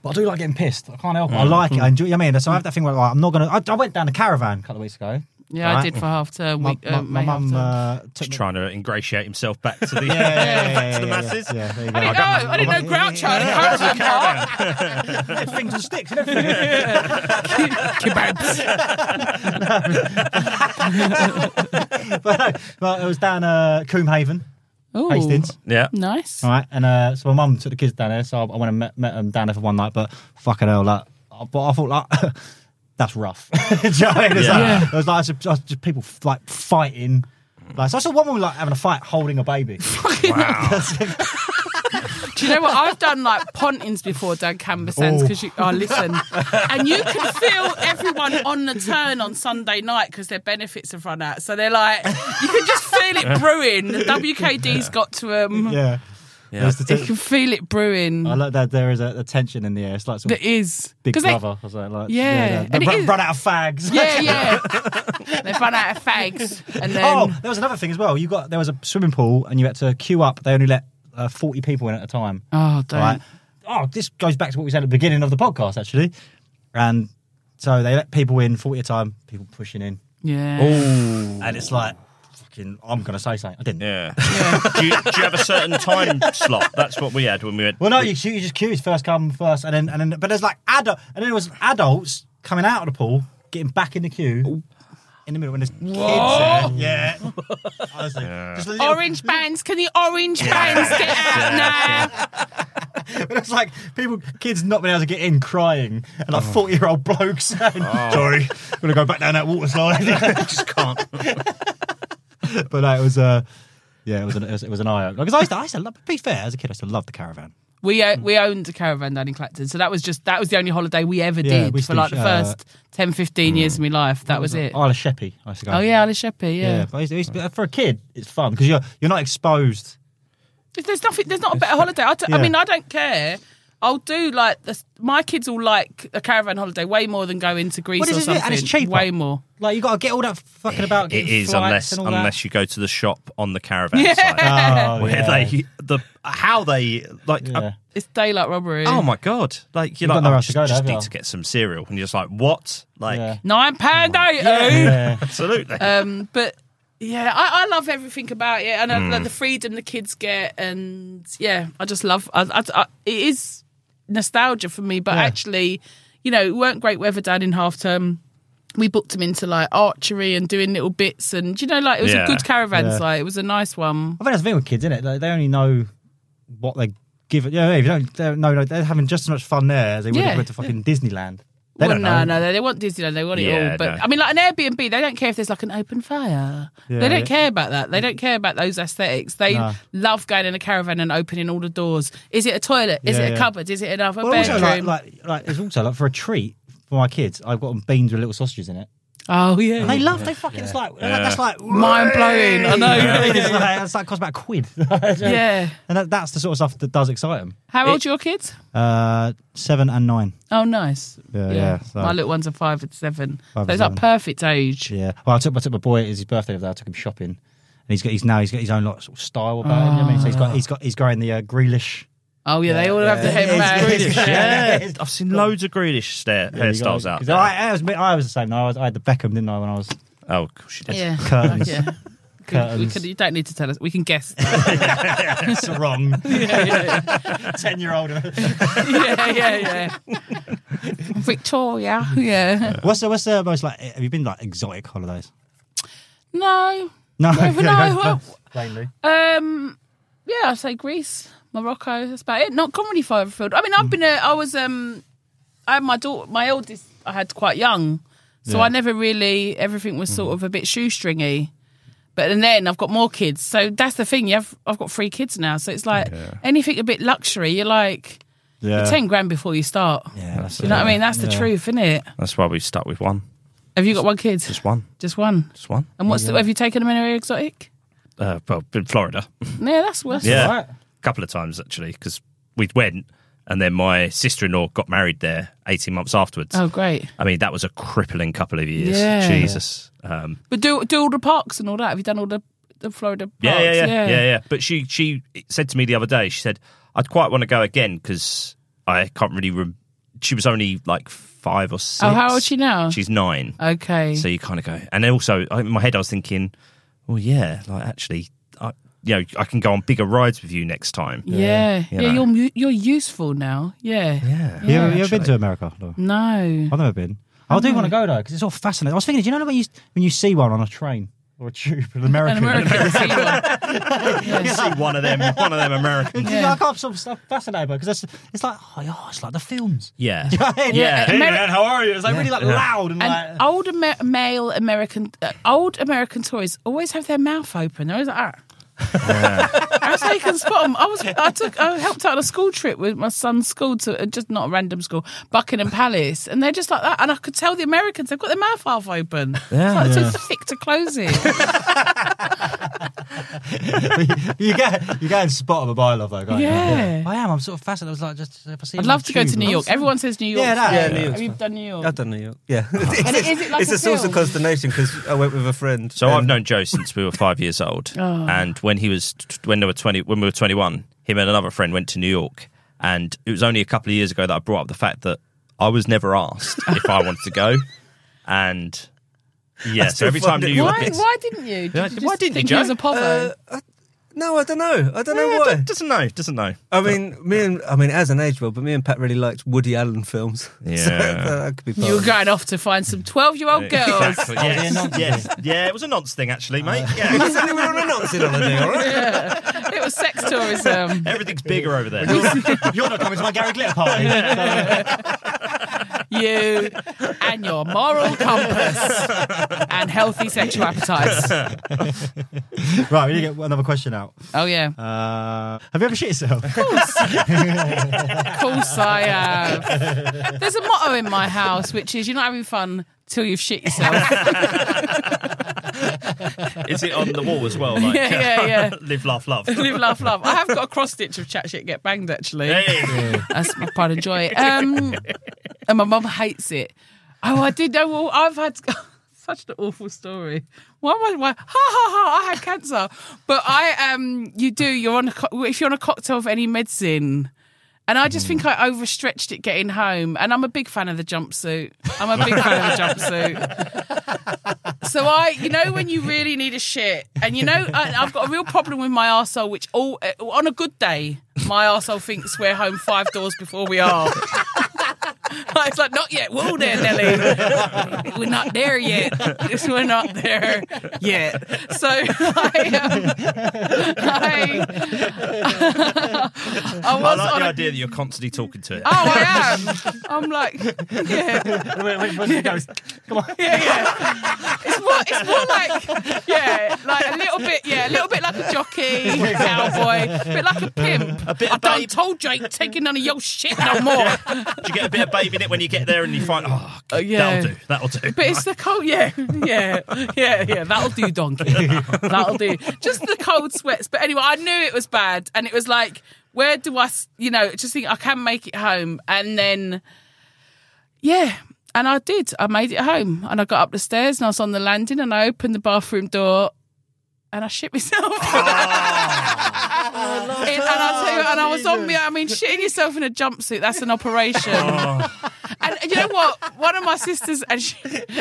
But I do like getting pissed. I can't help it. I
Mm.
like it.
Mm.
I enjoy. you know what I mean, so I have that thing where like, I'm not gonna. I, I went down a caravan a couple of weeks ago.
Yeah, I did for half term.
My-
week,
my-
uh,
my
May half
mum,
term.
uh,
Just trying to ingratiate himself back to the,
Yeah, yeah, yeah,
back
yeah,
to the
yeah, yeah.
masses.
Yeah, there you
I
go.
didn't know. Oh, I didn't know Groucho had a caravan park.
Yeah, things and sticks and everything. but, no, but it was down uh, Coombe Haven,
Ooh.
Hastings.
Yeah.
Nice.
All right, and uh, so my mum took the kids down there, so I, I went and met, met them down there for one night. But fucking hell, like, I, but I thought like that's rough. Do you know what I mean? It's
Yeah.
like,
Yeah.
It was like just, just people like fighting. Like, so I saw one woman like having a fight holding a baby.
Do you know what? I've done like pontins before, down Cambersends,
Oh.
because you, oh, listen. And you can feel everyone on the turn on Sunday night because their benefits have run out. So they're like, you can just feel it brewing. The WKD's got to them.
yeah, yeah.
You can feel it brewing.
I like that there is a, a tension in the air. It's like some
There is.
big
'Cause they-
brother. or something like,
Yeah,
they
and it
run,
is-
run out of fags.
Yeah, yeah. They've run out of fags. And then.
oh, there was another thing as well. You got there was a swimming pool and you had to queue up. They only let uh, forty people in at a time.
Oh, don't.
Right? Oh, this goes back to what we said at the beginning of the podcast, actually. And so they let people in forty at a time. People pushing in.
Yeah.
and it's like. Fucking, I'm gonna say something. I didn't.
Yeah. do, you, do you have a certain time slot? That's what we had when we went.
Well, no, you, you just queue. It's first come, first, and then and then. But there's like adult, and then there was adults coming out of the pool, getting back in the queue in the middle when there's kids there. Yeah. Honestly, just a little
Orange bands, can the orange bands get out now?
But it's like people, kids not being able to get in crying, and like 40 year old blokes saying, Oh. Sorry, I'm going to go back down that water slide. just can't. but no, it was, uh, yeah, it was an, it was, it was an eye opener. Because I, used to- I used to love, to be fair, as a kid, I used to love the caravan.
We
Hmm.
uh, we owned a caravan down in Clacton, so that was just that was the only holiday we ever
Yeah, Hmm.
did
we
for like the
stitched, uh,
first 10, 15 years of my life. That was it.
Isle of Sheppey, I used to go.
Oh yeah, Alice Sheppey,
Yeah,
yeah.
but I used to- I used to- for a kid, it's fun because you're, you're not exposed.
If There's nothing. There's not a better holiday. I, d- I
Yeah.
mean, I don't care. I'll do like this, my kids will like a caravan holiday way more than going to Greece
Well, this
or
is it,
something.
and it's cheaper.
Way more.
Like, you got to get all that fucking about
It
getting
is
flights
unless
and all
unless you go to the shop on the caravan site
that. Oh,
where
yeah.
they the how they like. uh,
It's daylight robbery.
oh my god! Like you're
You've got
like
nowhere
I
else to
just,
go,
just
have you?
need to get some cereal, and you're just like what? Like
Yeah.
Nine
Oh
pound oh. eighty.
Yeah.
absolutely.
Um, but yeah, I, I love everything about it, and
Hmm.
I, like, the freedom the kids get, and yeah, I just love. I, I, I, it is nostalgia for me, but
Yeah.
actually, you know, it weren't great weather down in half term. We booked them into like archery and doing little bits, and you know, like it was
Yeah.
a good caravan
Yeah.
site. It was a nice one.
I think that's the thing with kids, isn't it? Like, they only know what they give it. Yeah, if you don't, they don't know, like, they're having just as much fun there as they would
Yeah.
have went to fucking Disneyland. They
well,
don't
no,
know.
no, they, they want Disneyland. They want it
Yeah,
all. But
no.
I mean, like an Airbnb, they don't care if there's like an open fire.
Yeah,
they don't
yeah.
care about that. They don't care about those aesthetics. They
No.
love going in a caravan and opening all the doors. Is it a toilet? Is
Yeah,
it a
yeah.
cupboard? Is it another
Well, also,
bedroom?
like, like, like, it's also like for a treat for my kids, I've got them beans with little sausages in it.
oh yeah,
And they love, they fucking, it's like,
Yeah.
that's like,
mind blowing. I know.
I
Yeah.
mean, it's like, it's like costs about a quid.
Yeah.
And that, that's the sort of stuff that does excite them.
How old's your kids?
Uh, seven and nine.
Oh, nice.
Yeah, yeah, so-
My little ones are five and seven.
Five
so
and
it's like
seven.
perfect age.
Yeah. Well, I took, I took my boy. It was his birthday the other day. I took him shopping, and he's got he's now he's got his own like sort of style about him. You know what I mean, so
Ah.
he's got he's got he's growing the uh, Grealish.
Oh yeah, they all have the
yeah.
headband.
It's-
Grealish,
Yeah.
yeah. I've seen loads of Grealish stare, hairstyles out.
Because
There.
I, I was I was the same. though. I was I had the Beckham, didn't I? When I was
oh, of course you did.
Oh, Yeah.
Curtains.
Yeah. Good. We
Curtains.
could, you don't need to tell us. We can guess.
that's wrong.
Yeah, yeah.
Ten year old.
yeah, yeah, yeah. Victoria, yeah.
What's the what's the most like? Have you been like exotic holidays?
No,
No,
No, no, well-
plainly.
um, yeah, I'd say Greece, Morocco. That's about it. Not gone really far afield. I mean, I've been. A, I was. Um, I had my daughter, my eldest. I had quite young, so
Yeah.
I never really. Everything was sort of a bit shoestringy. But and then I've got more kids. So that's the thing. You have I've got three kids now. So it's like anything a bit luxury, you're like
Yeah.
you're ten grand before you start. Yeah,
that's
you know
it.
what I mean? That's the
Yeah.
truth, isn't it?
That's why we stuck with one.
Have you got one kid?
Just one.
Just one.
Just one.
And what's the, have you taken them anywhere exotic?
Uh, well, in Florida.
Yeah, that's that's
yeah,
all right.
a couple of times actually because we went and then my sister-in-law got married there 18 months afterwards.
Oh, great.
I mean, that was a crippling couple of years.
Yeah.
Jesus. Um,
But do do all the parks and all that? Have you done all the the Florida parks?
yeah, yeah, yeah, yeah, yeah, But she she said to me the other day, she said, "I'd quite want to go again because I can't really." Rem-. She was only like five or six.
Oh, how old she now? Oh.
She's nine.
Okay.
So you kind of go, and then also I- in my head I was thinking, well, yeah, like actually, I, you know, I can go on bigger rides with you next time.
Yeah,
You
yeah,
know.
you're mu- you're useful now. Yeah, yeah.
You, ever, you ever been to America? No.
No.
I've never been. I, do
no.
want to go though because it's all fascinating. I was thinking, do you know when you when you see one on a train or a tube, an American?
American, see
you see one of them, one of them Americans.
Yeah. I can't stop, stop fascinated by because it's, it's like oh, yeah, it's like the films.
Yeah.
Yeah.
Yeah.
Hey, man, how are you? It's like really like loud and, like
old Amer- male American uh, old American tourists always have their mouth open. They're always like, ah. I was taking spot 'em. I was I took I helped out on a school trip with my son's school to uh, just not a random school, Buckingham Palace, and they're just like that. And I could tell the Americans they've got their mouth half open.
Yeah.
it's, like,
Yeah.
too thick to close it.
you get you get in spot of a bylaw though, can't you?
Yeah.
I am. I'm sort of fascinated. I was like, just if I see.
I'd
it on
love to go
tube,
to New
I'm
York.
sorry.
Everyone says New York.
Yeah, that-
Yeah, New
Have
York's
you
fun.
done New York?
I've done New York. Yeah,
And it- is it like
it's
a
a, source
film?
of consternation because I went with a friend.
So
and-
Um,
Um,
I've known Joe since we were five years old,
Oh.
and when he was when they were twenty, when we were twenty one, him and another friend went to New York, and it was only a couple of years ago that I brought up the fact that I was never asked if I wanted to go, and yeah,
I
so
still
every time
find it-
New York
Why,
gets
why didn't you? Did
Yeah,
you
why
just
didn't you,
think he was
Joe?
a povo?
No, I don't know. I don't know
Yeah,
why.
d- doesn't know. Doesn't know.
I mean, me and I mean, as an age well, but me and Pat really liked Woody Allen films. so
Yeah.
that could be part
you were
of it.
going off to find some 12 year old Oh, girls.
Exactly, yes, yes. yeah, it was a nonce thing actually, mate.
Uh.
Yeah,
exactly. We were on a nonce holiday, all right?
Yeah. It was sex tourism.
Everything's bigger over there.
You're not coming to my Gary Glitter party.
You and your moral compass and healthy sexual appetites.
right, we need to get another question out.
Oh, yeah.
Uh, have you ever shit yourself?
Of course. of course I have. There's a motto in my house, which is you're not having fun till you've shit yourself.
Is it on the wall as well? Like,
Yeah, yeah, yeah.
Live, laugh, love.
Live, laugh, love. I have got a cross stitch of chat shit get banged actually.
Hey.
That's my pride and joy. Um, and my mum hates it. Oh, I did know. Well, I've had such an awful story. Why am I? Why, ha ha ha! I had cancer, but I um, you do. You're on a co- if you're on a cocktail of any medicine. And I just think I overstretched it getting home. And I'm a big fan of the jumpsuit. I'm a big fan of the jumpsuit. So I, you know, when you really need a shit, and you know, I, I've got a real problem with my arsehole, which all uh, on a good day, my arsehole thinks we're home five doors before we are. it's like not yet. Whoa there, Nelly. We're not there yet. We're not there yet. So um, I, um, I, I
I,
was
like
on
the
a
idea that you're constantly talking to it.
Oh, I am. I'm like, yeah.
Come on.
Yeah, yeah. It's more, it's more like, yeah, like a little bit, yeah, a little bit like a jockey, cowboy, a bit like a pimp. A bit I done told you I ain't taking none of your shit no more.
Do you get a bit of babe in it when you get there and you find, oh,
Uh, yeah.
that'll do, that'll do.
But it's the cold, yeah, yeah, yeah, yeah. That'll do, donkey. That'll do. Just the cold sweats. But anyway, I knew it was bad, and it was like, where do I, s- you know, just think I can make it home, and then, yeah. And I did. I made it home, and I got up the stairs, and I was on the landing, and I opened the bathroom door, and I shit myself.
Oh. Ah.
Oh,
It- and I tell you, and I was on me. I mean, shitting yourself in a jumpsuit—that's an operation.
Oh.
And you know what? One of my sisters, and she,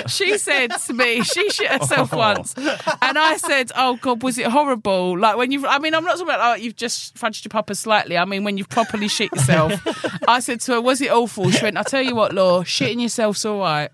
she said to me, she shit herself
Oh.
once, and I said, "Oh God, was it horrible? Like when you—I mean, I'm not talking about like you've just fudged your papa slightly. I mean, when you've properly shit yourself." I said to her, "Was it awful?" She went, "I tell you what, Law, shitting yourself's all right."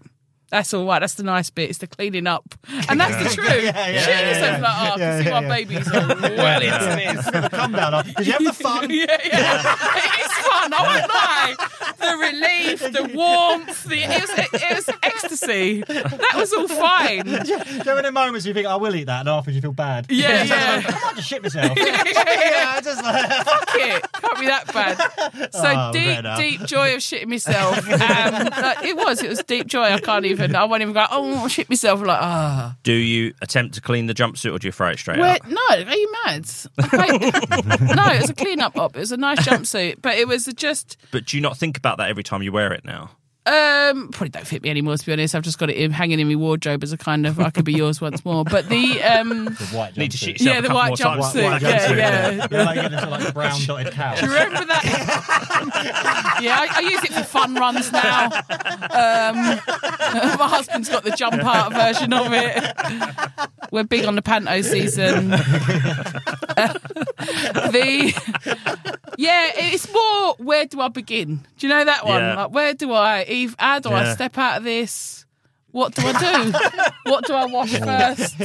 That's all right. That's the nice bit. It's the cleaning up, and that's the truth.
Yeah, yeah,
Shitting
yeah,
yourself like,
yeah.
oh, I
Yeah,
can see
yeah,
my
yeah.
baby's well into this.
Come down. like, Did you have the fun?
Yeah, yeah. it is fun. I won't lie. The relief, the warmth, the, it, was, it, was ecstasy. fantasy. That was all fine.
Yeah, there are moments you think I will eat that, and afterwards you feel bad.
Yeah,
It's
yeah.
like, I might just shit myself.
yeah,
just
fuck it. Can't be that bad. So
Oh,
deep,
Rena.
deep joy of shitting myself. Um, like, it was, it was deep joy. I can't even. I won't even go. Oh, I shit myself. I'm like ah.
Do you attempt to clean the jumpsuit or do you throw it straight
Where,
out?
no, are you mad? Okay. no, it was a clean up op. It was a nice jumpsuit, but it was just
But do you not think about that every time you wear it now?
um probably don't fit me anymore. To be honest, I've just got it in, hanging in my wardrobe as a kind of I could be yours once more. But the um
white
Need to shit yourself
yeah,
a
the
couple
white
more times.
jumpsuit, yeah, yeah.
You're like getting into like the brown dotted cow.
Do you remember that? yeah, I, I use it for fun runs now. Um, my husband's got the jump out version of it. We're big on the panto season. the yeah, it's more where do I begin? Do you know that one?
Yeah.
Like, where do I? Eve, how do I
Yeah.
step out of this? What do I do? what do I wash first?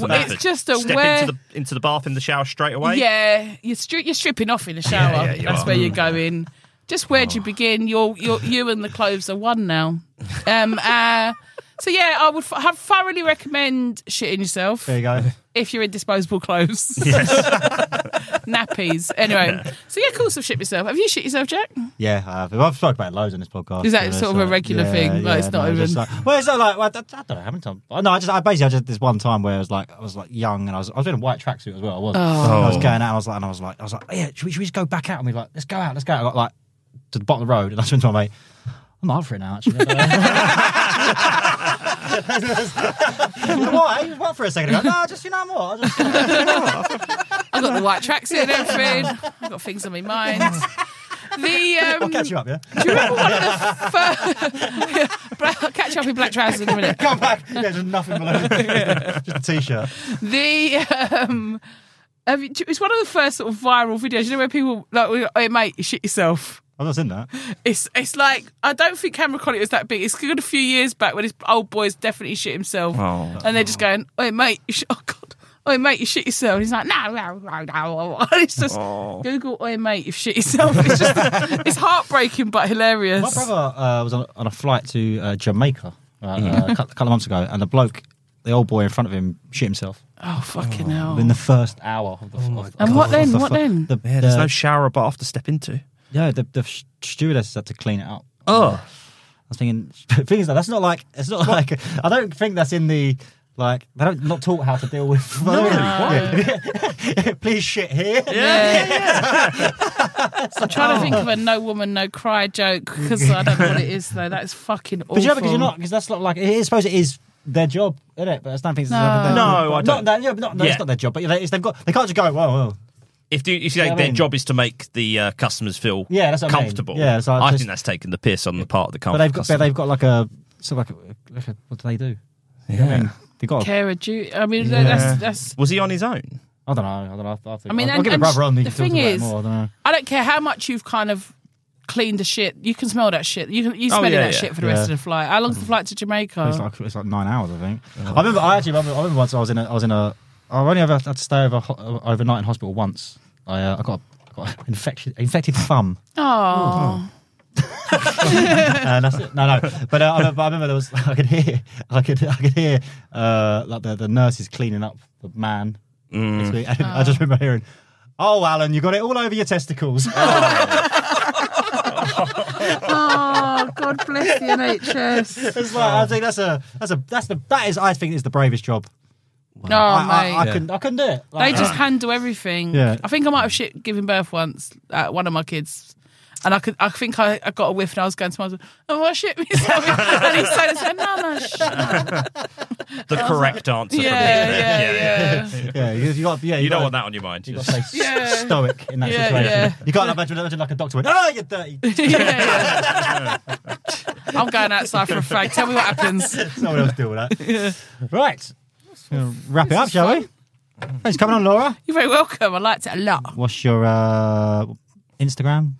Well, it's just a
Step
where.
into the, into the bath in the shower straight away.
Yeah, you're, stri- you're stripping off in the shower.
yeah, you
That's
are.
where you're going. Just where do you begin? You're, you're, you and the clothes are one now. Um, uh, so yeah, I would f- have thoroughly recommend shitting yourself
There you go.
if you're in disposable clothes, nappies. Anyway, so yeah, cool. So shit yourself. Have you shit yourself, Jack?
Yeah, I have. I've spoke about it loads on this podcast.
Is that
Yeah,
sort of
so-
a regular
yeah,
thing? Like,
yeah,
it's not
no,
even-
just like- well, it's not like well, I, don't- I don't know. I haven't done. No, I just I basically I just this one time where I was like I was like young and I was I was in a white tracksuit as well. I was.
Oh.
And I was
Oh.
going out. I was like and I was like I was like yeah. Should we, should we just go back out and we were like let's go out. Let's go. Out. I got like to the bottom of the road and I went to my mate. I'm not up for it now. Actually. Why? You were up for a second ago. No, just you know what. I just,
I've got the white tracksuit and everything. I've got things on my mind. The um,
I'll catch you up. Yeah.
Do you remember one of the first? Black- I'll catch you up in black trousers in a minute.
Come back. Yeah, there's nothing below. just a t-shirt.
The um, have you, it's one of the first sort of viral videos. You know where people like, we- "Hey mate, you shit yourself."
I've not seen that.
It's it's like I don't think camera quality was that big. It's good a few years back when this old boy's definitely shit himself,
Oh.
and they're just going, "Hey mate, you sh- oh god." Oi mate, you shit yourself. And he's like, no, no, no, no. It's just
Oh.
Google, oi mate, you've shit yourself. It's just, it's heartbreaking but hilarious.
My brother uh, was on, on a flight to uh, Jamaica uh, uh, a cou- couple of months ago, and the bloke, the old boy in front of him, shit himself
Oh fucking hell!
in the first hour of the flight.
Oh And what then? What then?
Yeah, there's no shower or bath to step into.
Yeah, the, the sh- stewardess had to clean it up.
Oh.
I was thinking, things like that's not like it's not like I don't think that's in the like they don't not taught how to deal with.
No.
Yeah. Please shit here.
Yeah, I'm trying to think of a no woman, no cry joke because I don't know what it is though. That's fucking awful.
But you know, because you're not, because that's not like. It is, suppose it is their job, isn't it? But it's not things.
No.
No, I
Not
don't.
that, yeah, but not, no,
Yeah.
it's not their job. But you know, it's, they've got. They can't just go. Whoa, whoa.
If, you, if
Yeah,
you
I
think their
mean-
job is to make the uh, customers feel
Yeah, that's what I mean.
comfortable,
Yeah, so I
I,
just-
think that's taking the piss on the part of the
But
company.
they've got. But they've got like a. So like, a, like a, what do they do? You know what I mean? they got. A,
care of duty. I mean,
Yeah.
that's that's.
Was he on his own?
I don't know. I don't know. I, think,
I mean,
I'll, I'll
and-
give it
and
brother on.
the
you can talk
thing
about it
is-
more, I don't know.
I don't care how much you've kind of cleaned the shit. You can smell that shit. You can you
Oh,
smelling
yeah,
that
yeah.
shit for the
Yeah.
rest of the flight. How long's the flight to Jamaica?
It's like it's like nine hours, I think. I remember. I actually remember. I remember once I was in a. I was in a. I only ever had to stay over ho- overnight in hospital once. I uh, I got a, got an infection, infected thumb.
oh.
Uh, that's it. No, no. But uh, I, remember, I remember there was. I could hear. I could. I could hear. Uh, like the the nurses cleaning up the man.
Mm.
And I just remember hearing. Oh, Alan, you got it all over your testicles.
oh, God bless the NHS.
it's like I think that's a that's a that's the that is I think is the bravest job.
No,
I, I,
Oh, mate.
I couldn't I couldn't do it.
They
Like,
just handle everything.
Uh-huh. Yeah.
I think I might have shit given birth once at one of my kids. And I could, I think I, I got a whiff, and I was going to my husband. Oh, I shit myself, and he started saying, "No, no, shit."
The correct answer.
Yeah,
from
yeah,
yeah, you, you got yeah.
You, don't
gotta-
want that on your mind.
You got
Just-
to stay s-
Yeah.
stoic in that
Yeah,
situation.
yeah.
You can't imagine, imagine like a doctor went, "Oh, you're dirty."
yeah, yeah. I'm going outside for a fag. Tell me what happens.
Someone else deal with that. Right, Gonna wrap it up, shall we? Thanks for coming on, Laura.
You're very welcome. I liked it a lot.
What's your uh, Instagram?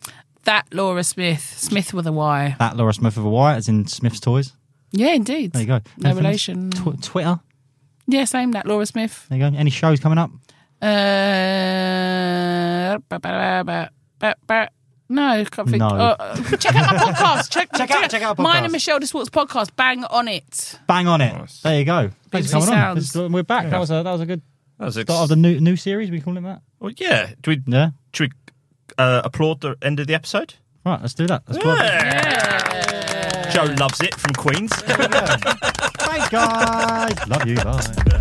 That Laura Smith, Smith with a Y.
That Laura Smith of a Y, as in Smith's Toys.
Yeah, indeed.
There you go.
No
Anything else?
relation.
Tw- Twitter.
yeah, same. That Laura Smith.
There you go. Any shows coming up?
Uh, ba- ba- ba- ba- ba- ba- No, I can't think.
No.
Uh, check out my podcast. Check,
Check out- check out our
Mine and
podcast.
Michelle DeSwart's podcast. Bang on it.
Bang on it. There you go. Thanks for
Beautiful
coming on.
sounds.
This- We're back.
Yeah.
That was a that was a good
That was ex-
start of the new new series. We call it that.
Well, yeah. Do we? Yeah. Should we uh, applaud the end of the episode?
Right, let's do that. Let's
Yeah.
go.
Joe loves it from Queens.
Thanks, guys. Love you. Bye.